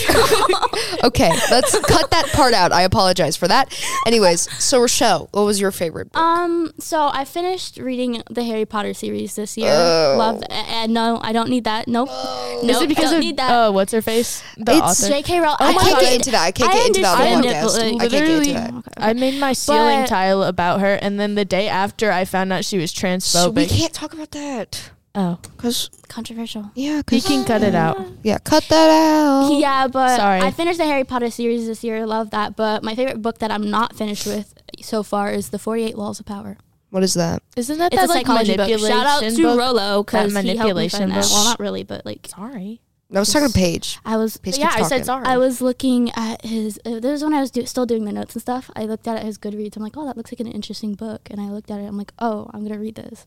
okay, let's cut that part out. I apologize for that. Anyways, so Rochelle, what was your favorite? book?
Um, so I finished reading the Harry Potter series this year.
Oh.
Loved it. And no, I don't need that. Nope.
Is
Nope,
it because
don't
of
need that.
uh, what's her face? The
It's
author.
J.K. Rowling.
I
my
can't
God.
get into that. I can't get into that
understand
on the
it, but,
podcast.
like,
I can't get into
literally,
that.
I made my ceiling
But-
tile about her, and then the day after, I found out she was
So we
transphobic.
can't talk about that.
oh,
Cause
controversial.
yeah,
you
cause
can cut it out.
yeah, cut that out.
Yeah, but
Sorry.
I finished the Harry Potter series this year. Love that. But my favorite book that I'm not finished with so far is The 48 Laws of Power.
What is that?
Isn't that
It's
that
a
like
psychology book.
manipulation
Shout out to
book?
Rolo because
That
he helped me
manipulation
find that.
book.
Well, not really, but like
Sorry.
I was talking to Paige.
I was
Paige
Yeah,
keeps
I
talking.
said sorry.
I was looking at his. Uh, this is when I was do, still doing the notes and stuff. I looked at it, his Goodreads. I'm like, oh, that looks like an interesting book. And I looked at it. I'm like, oh, I'm gonna read this.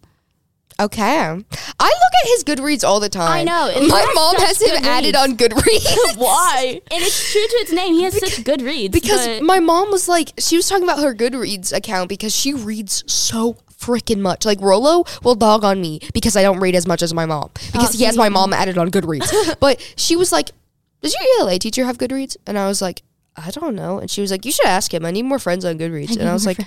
Okay. I look at his Goodreads all the time.
I know, and
My
that's
mom
such
has him
Goodreads.
added on Goodreads.
Why?
And it's true to its name. He has such good reads.
Because
but
my mom was like, she was talking about her Goodreads account because she reads so freaking much. Like Rolo will dog on me because I don't read as much as my mom because he has my mom added on Goodreads. but she was like, "Does your ELA teacher have Goodreads?" And I was like, "I don't know." And she was like, "You should ask him. I need more friends on Goodreads." and I was like,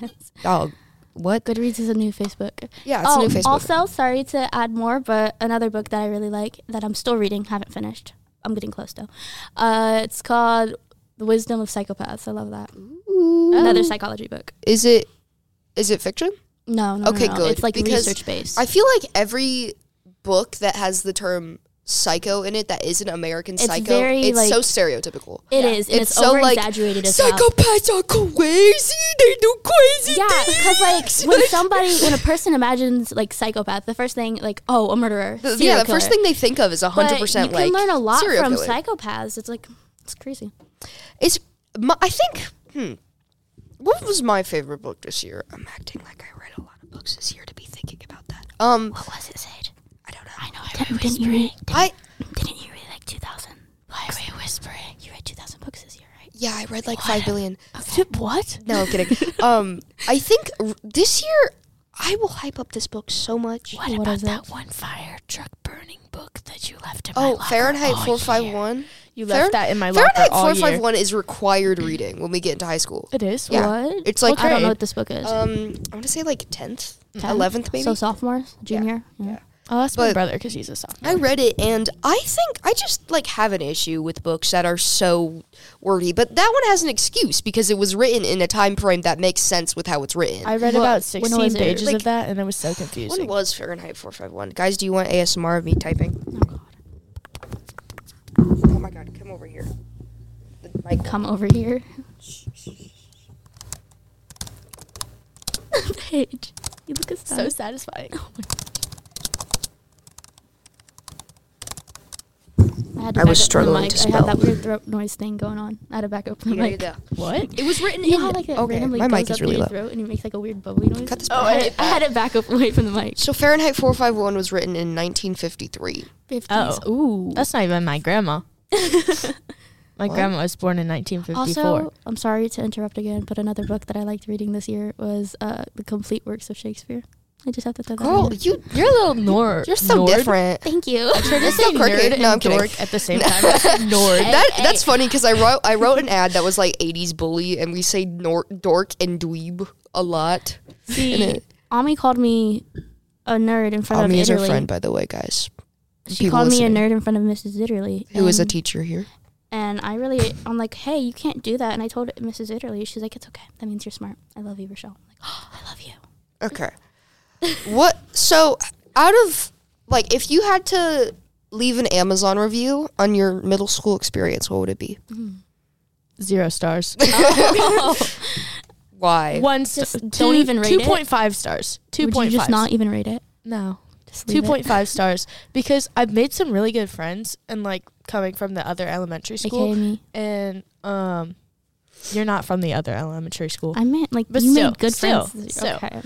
"Dog, what?"
Goodreads is a new Facebook.
Yeah, it's a new Facebook.
Oh, Also, sorry to add more, but another book that I really like that I'm still reading, haven't finished. I'm getting close though. Uh, it's called The Wisdom of Psychopaths. I love that. Another psychology book.
Is it is it fiction?
No, no, no,
Okay,
no.
good.
It's like
because
research based.
I feel like every book that has the term psycho in it that isn't American
It's
Psycho,
very,
it's so
like-
stereotypical.
It is, and it's, over exaggerated as well.
psychopaths are crazy. They do crazy
Yeah,
things.
because like when somebody, when a person imagines like psychopath, the first thing like oh a murderer.
The-
serial
yeah, the first
killer.
thing they think of is a hundred
But
percent
You
like
can learn a lot
serial
from
killer.
psychopaths. It's like it's crazy.
It's my, I think. Hmm, what was my favorite book this year? I'm acting like I read a lot of books this year to be thinking about that. Um,
What was it, Sage?
I don't know. I know.
Didn't, didn't you read?
I
Didn't you read like two thousand? Why are we whispering? You read two thousand books this year, right?
yeah, I read like five billion.
What?
No, I'm kidding. um, I think r- this year I will hype up this book so much.
What, about that one?
Oh, Fahrenheit 451.
You
Fahren-
left that in my locker
Fahrenheit
all year.
451 is required reading when we get into high school.
It is.
Yeah.
What?
It's like
I don't
grade?
know what this book is.
um, I want to say like 10th,
Mm-hmm.
11th maybe.
so sophomores, junior. Yeah.
Oh, that's
But-
my brother because he's a sophomore.
I read it and I think I just like have an issue with books that are so wordy, but that one has an excuse because it was written in a time frame that makes sense with how it's written.
I read
What-
about
when was
16
it?
pages
Like-
of that, and I was so
when
confused.
was Fahrenheit 451? Guys, do you want ASMR of me typing? Oh my god, come over here. The mic
Come over here. Paige, you look
So
astonished. Oh
satisfying.
I, had to
I was
back up the
struggling
mic.
to
I had
spell.
that weird throat noise thing going on. I had to back up the
Here you
mic.
go.
What?
It was written
You
in.
know how, like, it
okay,
randomly
my
goes
mic
up
is really
your
low.
throat and you make like a weird bubbly noise.
Cut this
oh,
part.
I, I had it back up away from the mic.
So Fahrenheit 451 was written in 1953.
50s.
Oh.
ooh.
That's not even my grandma. my grandma was born in 1954.
also, I'm sorry to interrupt again, but another book that I liked reading this year was uh, The Complete Works of Shakespeare. I just have to throw that in
Girl,
there.
you
you're a little nor.
Um, you're so different.
Thank you.
You're so quirky.
Nerd
No, I'm
and
kidding.
dork at the same time. I said nerd.
That, that's funny because I wrote I wrote an ad that was like 80s bully and we say nor- dork and dweeb a lot.
See, Ami called me a nerd in front
Ami
of
is our
Italy.
friend, by the way, guys.
she called me a nerd in front of Mrs. Italy.
Who is a
and-
teacher here?
And I really, I'm like, hey, you can't do that. And I told Mrs. Italy, she's like, it's okay. That means you're smart. I love you, Rochelle. I'm like, oh, I love you.
Okay. what? So, out of like, if you had to leave an Amazon review on your middle school experience, what would it be?
Zero stars.
Why?
One star.
Just don't even rate it?
2.5 stars. 2.5.
Would you just not even rate it?
No.
Just leave it?
2.5 stars because I've made some really good friends and like coming from the other elementary school
AKA me.
and um you're not from the other elementary school.
I meant like
But
you
still,
made good
still,
friends.
still.
Okay.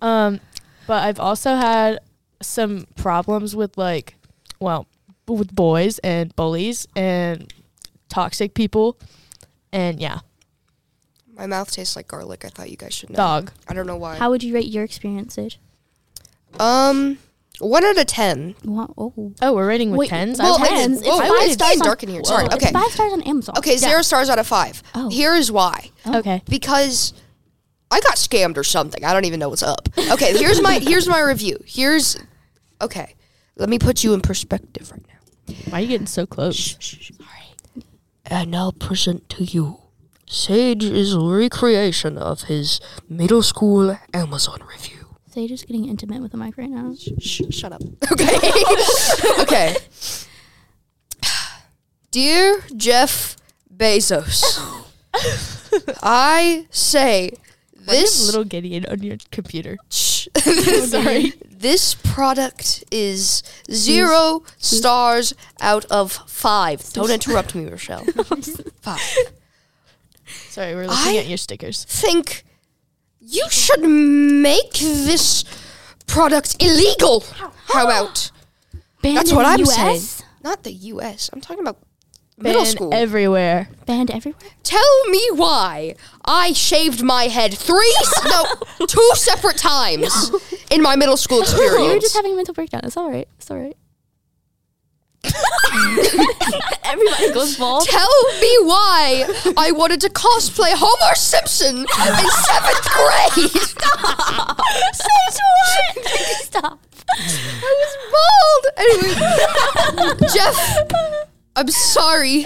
Um, but I've also had some problems with like, well, b- with boys and bullies and toxic people, and yeah,
My mouth tastes like garlic. I thought you guys should know.
Dog.
I don't know why.
How would you rate your experience, Sage?
Um, one out of ten.
Oh,
Oh, we're rating with
Wait,
tens.
well,
I'm-
it's- tens.
It's, whoa,
It's
it's
five
getting
stars.
dark in here. Sorry.
It's
Okay.
five stars on Amazon.
Okay, zero stars out of five.
Oh.
Here's why.
okay.
Because I got scammed or something. I don't even know what's up. Okay, here's my here's my review. Here's okay. Let me put you in perspective right now.
Why are you getting so close?
And now present to you Sage is recreation of his middle school Amazon review.
Sage is getting intimate with the mic right now.
Shh, shut up. Okay. okay. Dear Jeff Bezos, I say
This
this
little Gideon on your computer.
Shh. Sorry. This product is zero stars out of five. Don't interrupt me, Rochelle. Five.
Sorry, we're looking
I-
at your stickers.
Think you should make this product illegal. How about
Banned
That's
in
what
the
I'm
US?
not the U.S. I'm talking about middle
Middle
school.
everywhere.
Banned everywhere.
Tell me why I shaved my head three, s- no, two separate times in my middle school experience.
You were just having a mental breakdown. It's all right. It's all right. Everybody goes bald.
Tell me why I wanted to cosplay Homer Simpson in seventh grade. Stop.
Stop.
Bald. Anyway, Jeff, I'm sorry,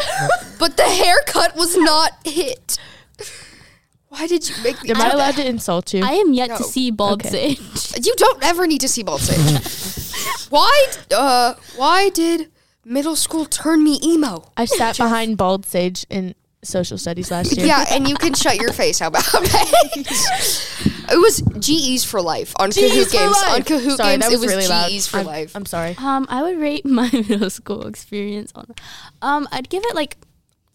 but the haircut was not it. Why did you make me?
Am I allowed to insult you?
I am yet to
No.
see bald
Okay.
Sage.
You don't ever need to see bald Sage. why? Uh, why did middle school turn me emo?
I sat behind Bald Sage in social studies last year.
Yeah, and you can shut your face. How about it? it was GEs for life on Kahoot games. On Kahoot
Sorry,
games,
that
it was
really loud.
GEs for
I'm-
life.
I'm sorry.
Um, I would rate my middle school experience on. Um, I'd give it like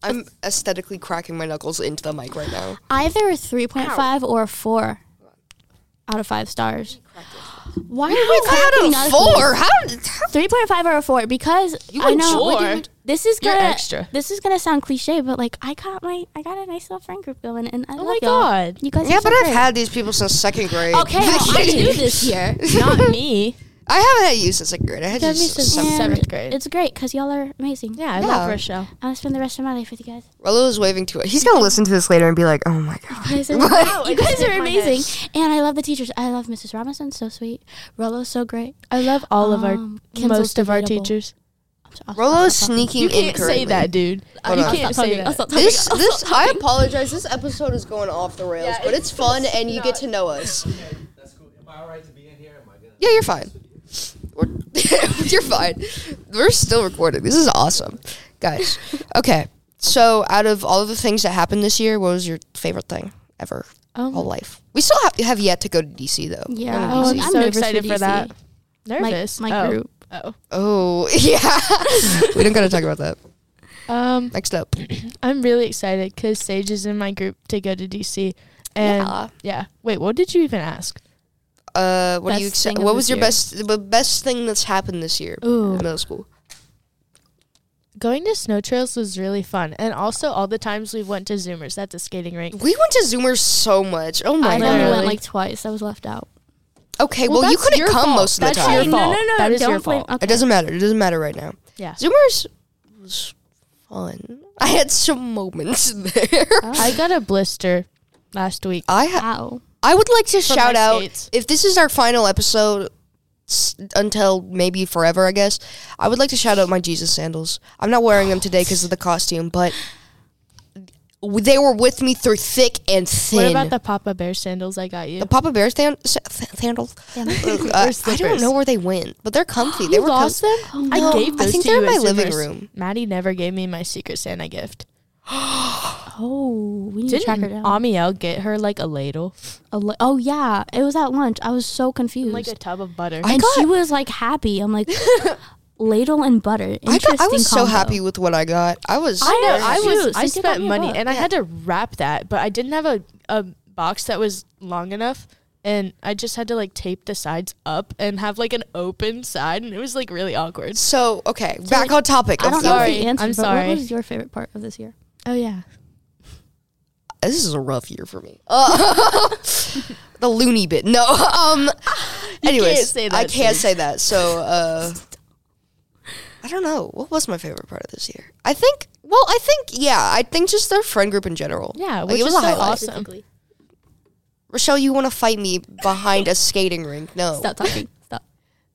I'm aesthetically cracking my knuckles into the mic right now.
either a three point five or a four out of five stars. Why are
Oh,
we
Out
clapping?
of four? How? how
Three point five or a four because I know
four?
this is
You're
gonna
extra.
this is gonna sound cliche, but like I got my I got a nice little friend group going, and I
Oh
love
my
y'all.
God.
you guys.
yeah,
are so
but I've
great.
had these people since second grade.
Okay, well, I knew this year.
Not me.
I haven't had you since second grade. I had you since
And
seventh.
seventh grade.
It's great because y'all are amazing.
Yeah, I
Yeah.
love Rochelle.
I'm gonna spend the rest of my life with you guys.
Rello is waving to it. He's gonna listen to this later and be like, "Oh my god."
You guys are, you guys are amazing, and I love the teachers. I love Mrs. Robinson, so sweet. Rollo's so great.
I love all of our,
Um, Kinsel's
most of our
debatable.
teachers.
I'm so- I'll stop-
Rello
I'll
is
stop.
sneaking
You
in.
can't say
currently.
that, dude.
Hold
you
on.
can't say that.
This, this, I apologize. This episode is going off the rails, but it's fun and you get to know us.
That's cool. Am I alright to be in here? Am I gonna?
Yeah, you're fine. We're, you're fine. We're still recording. This is awesome, guys. Okay, so out of all of the things that happened this year, what was your favorite thing ever?
Um,
Whole life. We still have have yet to go to DC though.
Yeah.
Oh, I'm
so excited for that. Nervous.
My, my
oh.
group.
Oh.
Oh yeah. we don't gotta talk about that.
Um,
Next up.
I'm really excited because Sage is in my group to go to DC. And
Yeah.
yeah. Wait, what did you even ask?
Uh, what do you
Best
accept?
thing of
What was
this
your
year.
best the best thing that's happened this year
Ooh.
in middle school?
Going to snow trails was really fun, and also all the times we went to Zoomers. That's a skating rink.
We went to Zoomers so much. Oh my
I
know.
god.
only went
Literally.
like twice. I was left out.
Okay, well, you
that's your
couldn't come
fault.
most of the
That's
time.
your fault. That is your fault.
Okay.
It doesn't matter. It doesn't matter right now.
Yeah.
Zoomers was fun. I had some moments there.
I got a blister last week.
I ha-
Ow.
I would like to
From
shout
my
out
skates.
if this is our final episode s- until maybe forever, I guess. I would like to shout out my Jesus sandals. I'm not wearing them today because of the costume, but w- they were with me through thick and thin.
What about the Papa Bear sandals I got you?
The Papa Bear sand- sa- th- sandals? Uh, I don't
slippers.
know where they went, but they're comfy. they
you
were
lost
comfy.
them? I
Oh, no.
gave
I
those
think
to
they're in
you at
my living
Zoomers.
room.
Maddie never gave me my Secret Santa gift.
Oh, we need to track her
Didn't
down.
Amiel get her like a ladle,
A li- oh yeah, it was at lunch. I was so confused.
like a tub of butter?
I
and
got-
she was like happy. I'm like ladle and butter.
I,
Interesting
got, I was so
combo.
happy with what I got. I was.
I know. I
Shoes.
was. I
They did got
spent
me a
money,
book.
and I had to wrap that, but I didn't have a a box that was long enough, and I just had to like tape the sides up and have like an open side, and it was like really awkward.
so okay, back on topic.
I
of
don't
Zoomers.
know
sorry. Oh,
the answer.
I'm
but
sorry.
What was your favorite part of this year?
Oh yeah.
this is a rough year for me. Uh, the loony bit. No. Um. anyways,
can't say
I
that,
can't
Sage.
say that. So, uh, I don't know. What was my favorite part of this year? I think. Well, I think yeah. I think just their friend group in general.
Yeah,
Like,
which
it was
is
a
so
highlight.
awesome.
Rochelle, you want to fight me behind a skating rink? No.
Stop talking. Stop.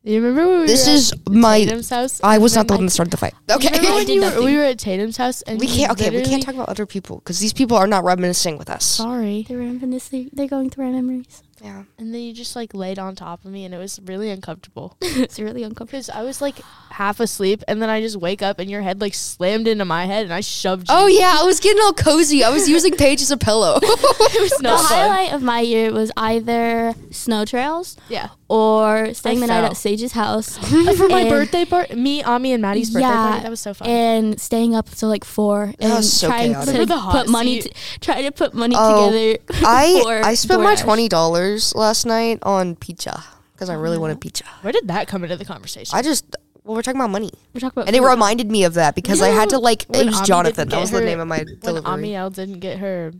You remember when we
This
were
is
at
my-
Tatum's house?
I was not the
Remember-
one that started the fight.
Do you
Okay.
remember when
did
you were-
nothing.
we were at Tatum's house and
We
you
can't. Okay, we
literally-
can't talk about other people because these people are not reminiscing with us.
Sorry.
They're reminiscing. They're going through our memories.
Yeah.
And then you just like laid on top of me and it was really uncomfortable
it's really uncomfortable.
because I was like half asleep and then I just wake up and your head like slammed into my head and I shoved you.
Oh yeah, I was getting all cozy. I was using Paige as a pillow.
it was
the
not fun.
highlight of my year was either snow trails
Yeah.
or staying
I
the night
fell.
at Sage's house.
for my
And-
birthday party, me, Ami, and Maddie's birthday party. That was so fun.
And staying up till like four and
was so
trying
chaotic.
to
Remember the hot
put money,
seat?
t- trying to put money
Oh,
together.
I
for
I spent my
DoorDash.
twenty dollars last night on pizza because I
Oh.
really wanted pizza.
Where did that come into the conversation?
I just well, we're talking about money,
We're talking about
and it
food.
reminded me of that because I had to like it
When
was
Ami
Jonathan.
didn't
That
get
was the
her-
name of my
when Ami
delivery,
Al didn't get her.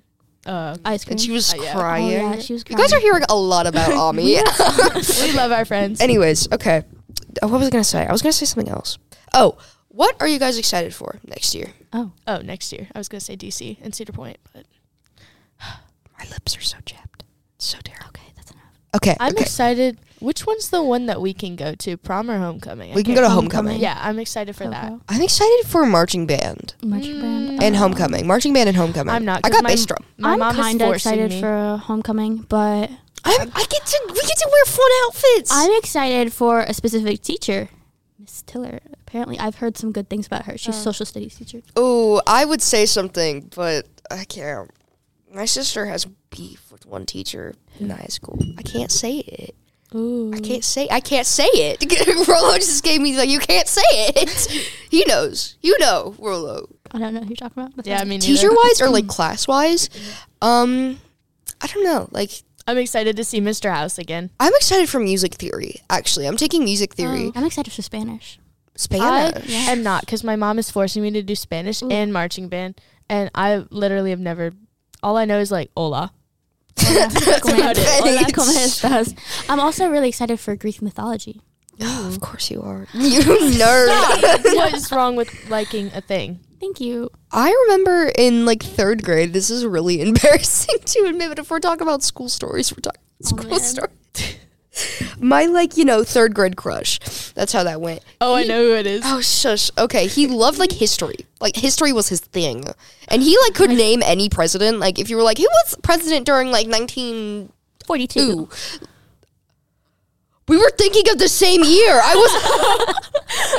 Uh,
ice cream.
and she was
Uh, yeah. Oh,
crying.
Oh, yeah, she was
You
crying.
guys are hearing a lot about Ami.
we love our friends.
Anyways, okay. Uh, What was I gonna say? I was gonna say something else. Oh, what are you guys excited for next year?
oh,
oh, next year. I was going to say DC and Cedar Point, but
My lips are so chapped, so terrible.
okay, that's enough.
Okay,
I'm
okay.
excited. Which one's the one that we can go to? Prom or homecoming? I
we can
can't-
go to
Homecoming.
homecoming.
Yeah, I'm excited for that.
Coco,
I'm excited for marching band.
Marching band.
Mm. and homecoming, marching band and homecoming.
I'm not.
I
'cause
got
my,
bass drum.
My
I'm
mom
kind of excited
me.
for uh, homecoming, but
I'm, I get to we get to wear fun outfits.
I'm excited for a specific teacher, Miss Tiller. Apparently, I've heard some good things about her. She's social studies teacher.
oh, I would say something, but I can't. My sister has beef with one teacher in high school. I can't say it.
Ooh,
I can't say. I can't say it. Rolo just gave me like you can't say it. he knows. You know, Rolo.
I don't know who you're talking about. but
Yeah, I mean,
Teacher wise or like class wise, um, I don't know. Like
I'm excited to see Mr. House again.
I'm excited for music theory. Actually, I'm taking music theory.
I'm excited for Spanish.
Spanish.
I am not because my mom is forcing me to do Spanish and marching band, and I literally have never. All I know is like hola.
That's
about it.
Hola, ¿cómo estás? I'm also really excited for Greek mythology.
of course you are. You nerd.
what is wrong with liking a thing?
Thank you.
I remember in like third grade, this is really embarrassing to admit, but if we're talking about school stories, we're talking
Oh,
school stories. My like, you know, third grade crush. That's how that went.
Oh, I know who it is.
Oh shush. Okay. He loved like history. Like history was his thing. And he like could name any president. Like if you were like, who was president during like nineteen
42.
two? We were thinking of the same year. I was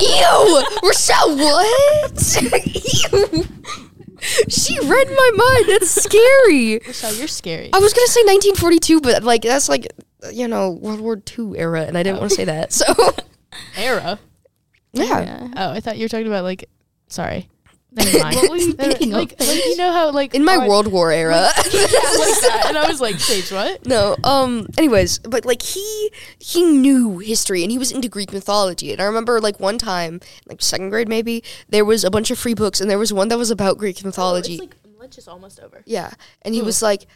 Ew! Rochelle, what? Ew. She read my mind. That's scary.
So you're scary.
I was gonna say 1942, but like that's like you know World War II era, and I didn't want to say that. So
Era.
yeah,
Yeah.
Oh, I thought you were talking about like. Sorry. Never mind.
thinking of?
like, like you know how like
in my
oh, I-
World War era.
like that, and I was like, Sage, what?
No. Um. Anyways, but like he he knew history and he was into Greek mythology. And I remember like one time, like second grade maybe, there was a bunch of free books and there was one that was about Greek mythology.
Oh, It's like lunch is almost over.
yeah, and he was like,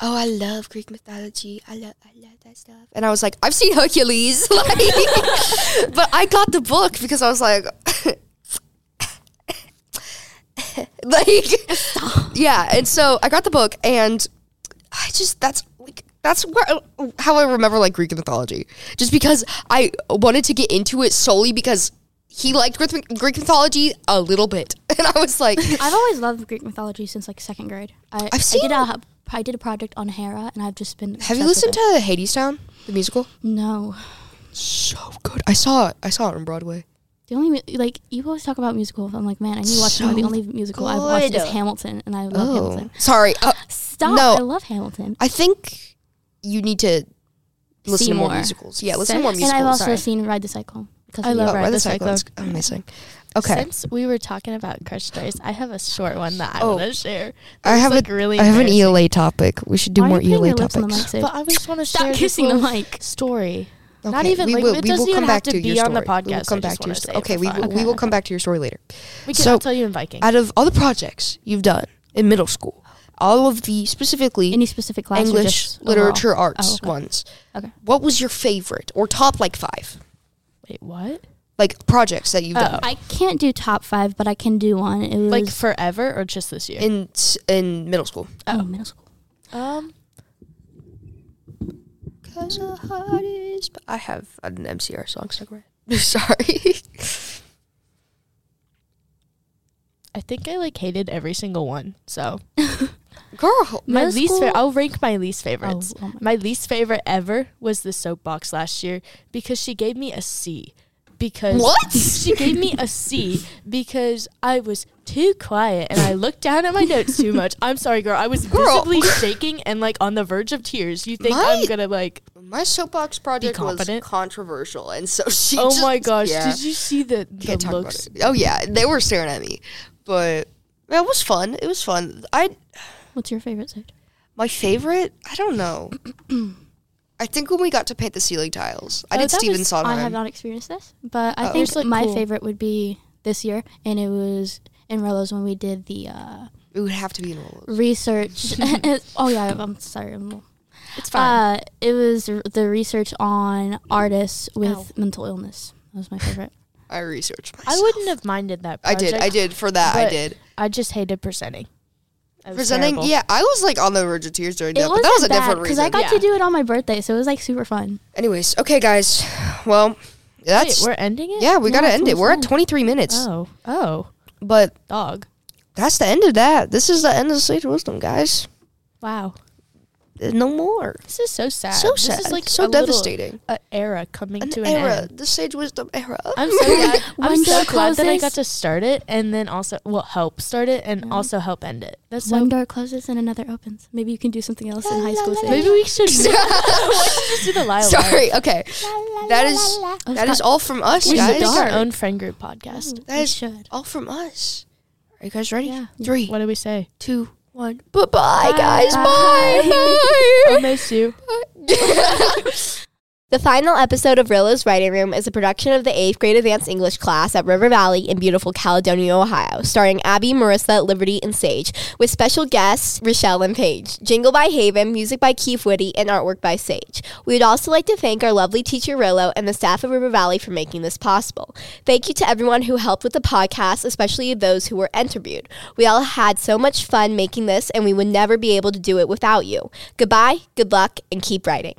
"Oh, I love Greek mythology. I love I love that stuff." And I was like, "I've seen Hercules," like, but I got the book because I was like. like yeah and so i got the book and I just that's like that's where how I remember like Greek mythology, just because I wanted to get into it solely because he liked Greek, Greek mythology a little bit, and I was like,
I've always loved Greek mythology since like second grade. I,
I've seen-
I did, a, I did a project on Hera, and I've just been.
"Have you
obsessed
listened
with
to Hades Town, the musical?
it. No.
So good. I saw it. I saw it on Broadway.
The only mu- like you always talk about musicals. I'm like, man, I need to watch
So
one. The only musical I've watched is
good.
Hamilton, and I love
Oh,
Hamilton.
sorry. Uh,
Stop!
No.
I love Hamilton.
I think you need to listen
See
to more,
more.
musicals. Yeah, listen to more
and
musicals.
I've also
sorry.
seen Ride the Cycle. Because
I
of you.
love
oh,
Ride
Ride
the
the Cycle. It's amazing. Okay,
Since we were talking about crush stories, I have a short one that I
Oh.
want to share.
I
It's,
have
like
a
really.
I have an
embarrassing.
ELA topic. We should do
Why are
more
you putting
ELA
your lips on the
topics.
mic,
But I just want to
Stop
share this
kissing the
little
mic.
story. Not
Okay,
even
we
like
will,
it
we will
doesn't
come
even
back
have
to,
to,
your
be
story.
on the podcast.
We will come back to
I just
your
wanna say
story.
it
Okay,
for
we
fun.
will, we will come back to your story later.
We can
so,
I'll tell you in Viking.
out of all the projects you've done in middle school,
all of the specifically
Any specific class or
English
just overall?
literature arts
Oh, okay.
ones.
Okay.
What was your favorite or top like five
Wait, what?
like projects that you've
Oh.
done
I can't do top five, but I can do one. It was
Like forever or just this year?
in s- in middle school?
uh,
oh, middle school.
um,
Cause a heart is. I have an MCR song stuck in my head. Sorry.
I think I like hated every single one. So
Girl.
my
Middle
least,
school?
fa- I'll rank my least favorites.
oh my
My least favorite ever was the soapbox last year because she gave me a C. Because
What?
she gave me a C because I was too quiet and I looked down at my notes too much. I'm sorry, girl. I was
Girl.
visibly shaking and like on the verge of tears. You think
My-
I'm gonna like?
My soapbox project was
competent.
controversial, and so she.
Oh
just-
my gosh!
yeah.
Did you see the, the
Can't talk about
looks?
it. Oh yeah, they were staring at me, but that was fun. It was fun. I
What's your favorite subject?
my favorite. I don't know. I think when we got to paint the ceiling tiles, I
Oh,
did
that
Steven
was-
I have
Sondheim.
not experienced this, but I
Oh.
think
It's, uh, like,
my
cool.
favorite would be this year, and it was in Rellos when we did the uh,
It would have to be in Rolos.
research. oh yeah, I'm sorry. I'm,
It's fine.
uh, it was r- the research on artists with mental illness. That was my favorite.
I researched. Myself.
I wouldn't have minded that.
I did. I
project.
did for that. I
but
did
I just hated presenting. I was
presenting.
terrible.
Yeah, I was like on the verge of tears during that, but that was a different
because
reason.
I got
Yeah.
to do it on my birthday, so it was like super fun.
Anyways, okay, guys. Well,
Wait,
that's
we're ending it.
yeah. We
No,
gotta
that's
end
what
it.
I'm
We're at
saying.
23 minutes,
Oh, oh,
but
dog.
that's the end of that. This is the end of the Sage Wisdom, guys.
Wow.
No more.
This is so sad.
So sad.
This is like
so
a little-
devastating.
a era coming
An
to an
era.
end.
The Sage Wisdom era.
I'm so glad. I'm
Window
so glad that I
closes.
got to start it, and then also well help start it, and also help end it. That's so.
One door closes and another opens. Maybe you can do something else in high school.
Maybe we should just do the Lyle.
Sorry. Okay. That is that is all from us,
We should
guys.
do our own friend group podcast.
That is
should.
all from us. Are you guys ready?
Yeah.
Three,
What do we say?
two, one. Bye bye, guys. Bye.
I miss you.
The final episode of Rilla's Writing Room is a production of the 8th grade advanced English class at River Valley in beautiful Caledonia, Ohio, starring Abby, Marissa, Liberty, and Sage, with special guests Rochelle and Paige. Jingle by Haven, music by Keith Whitty, and artwork by Sage. We would also like to thank our lovely teacher Rillo and the staff of River Valley for making this possible. Thank you to everyone who helped with the podcast, especially those who were interviewed. We all had so much fun making this, and we would never be able to do it without you. Goodbye, good luck, and keep writing.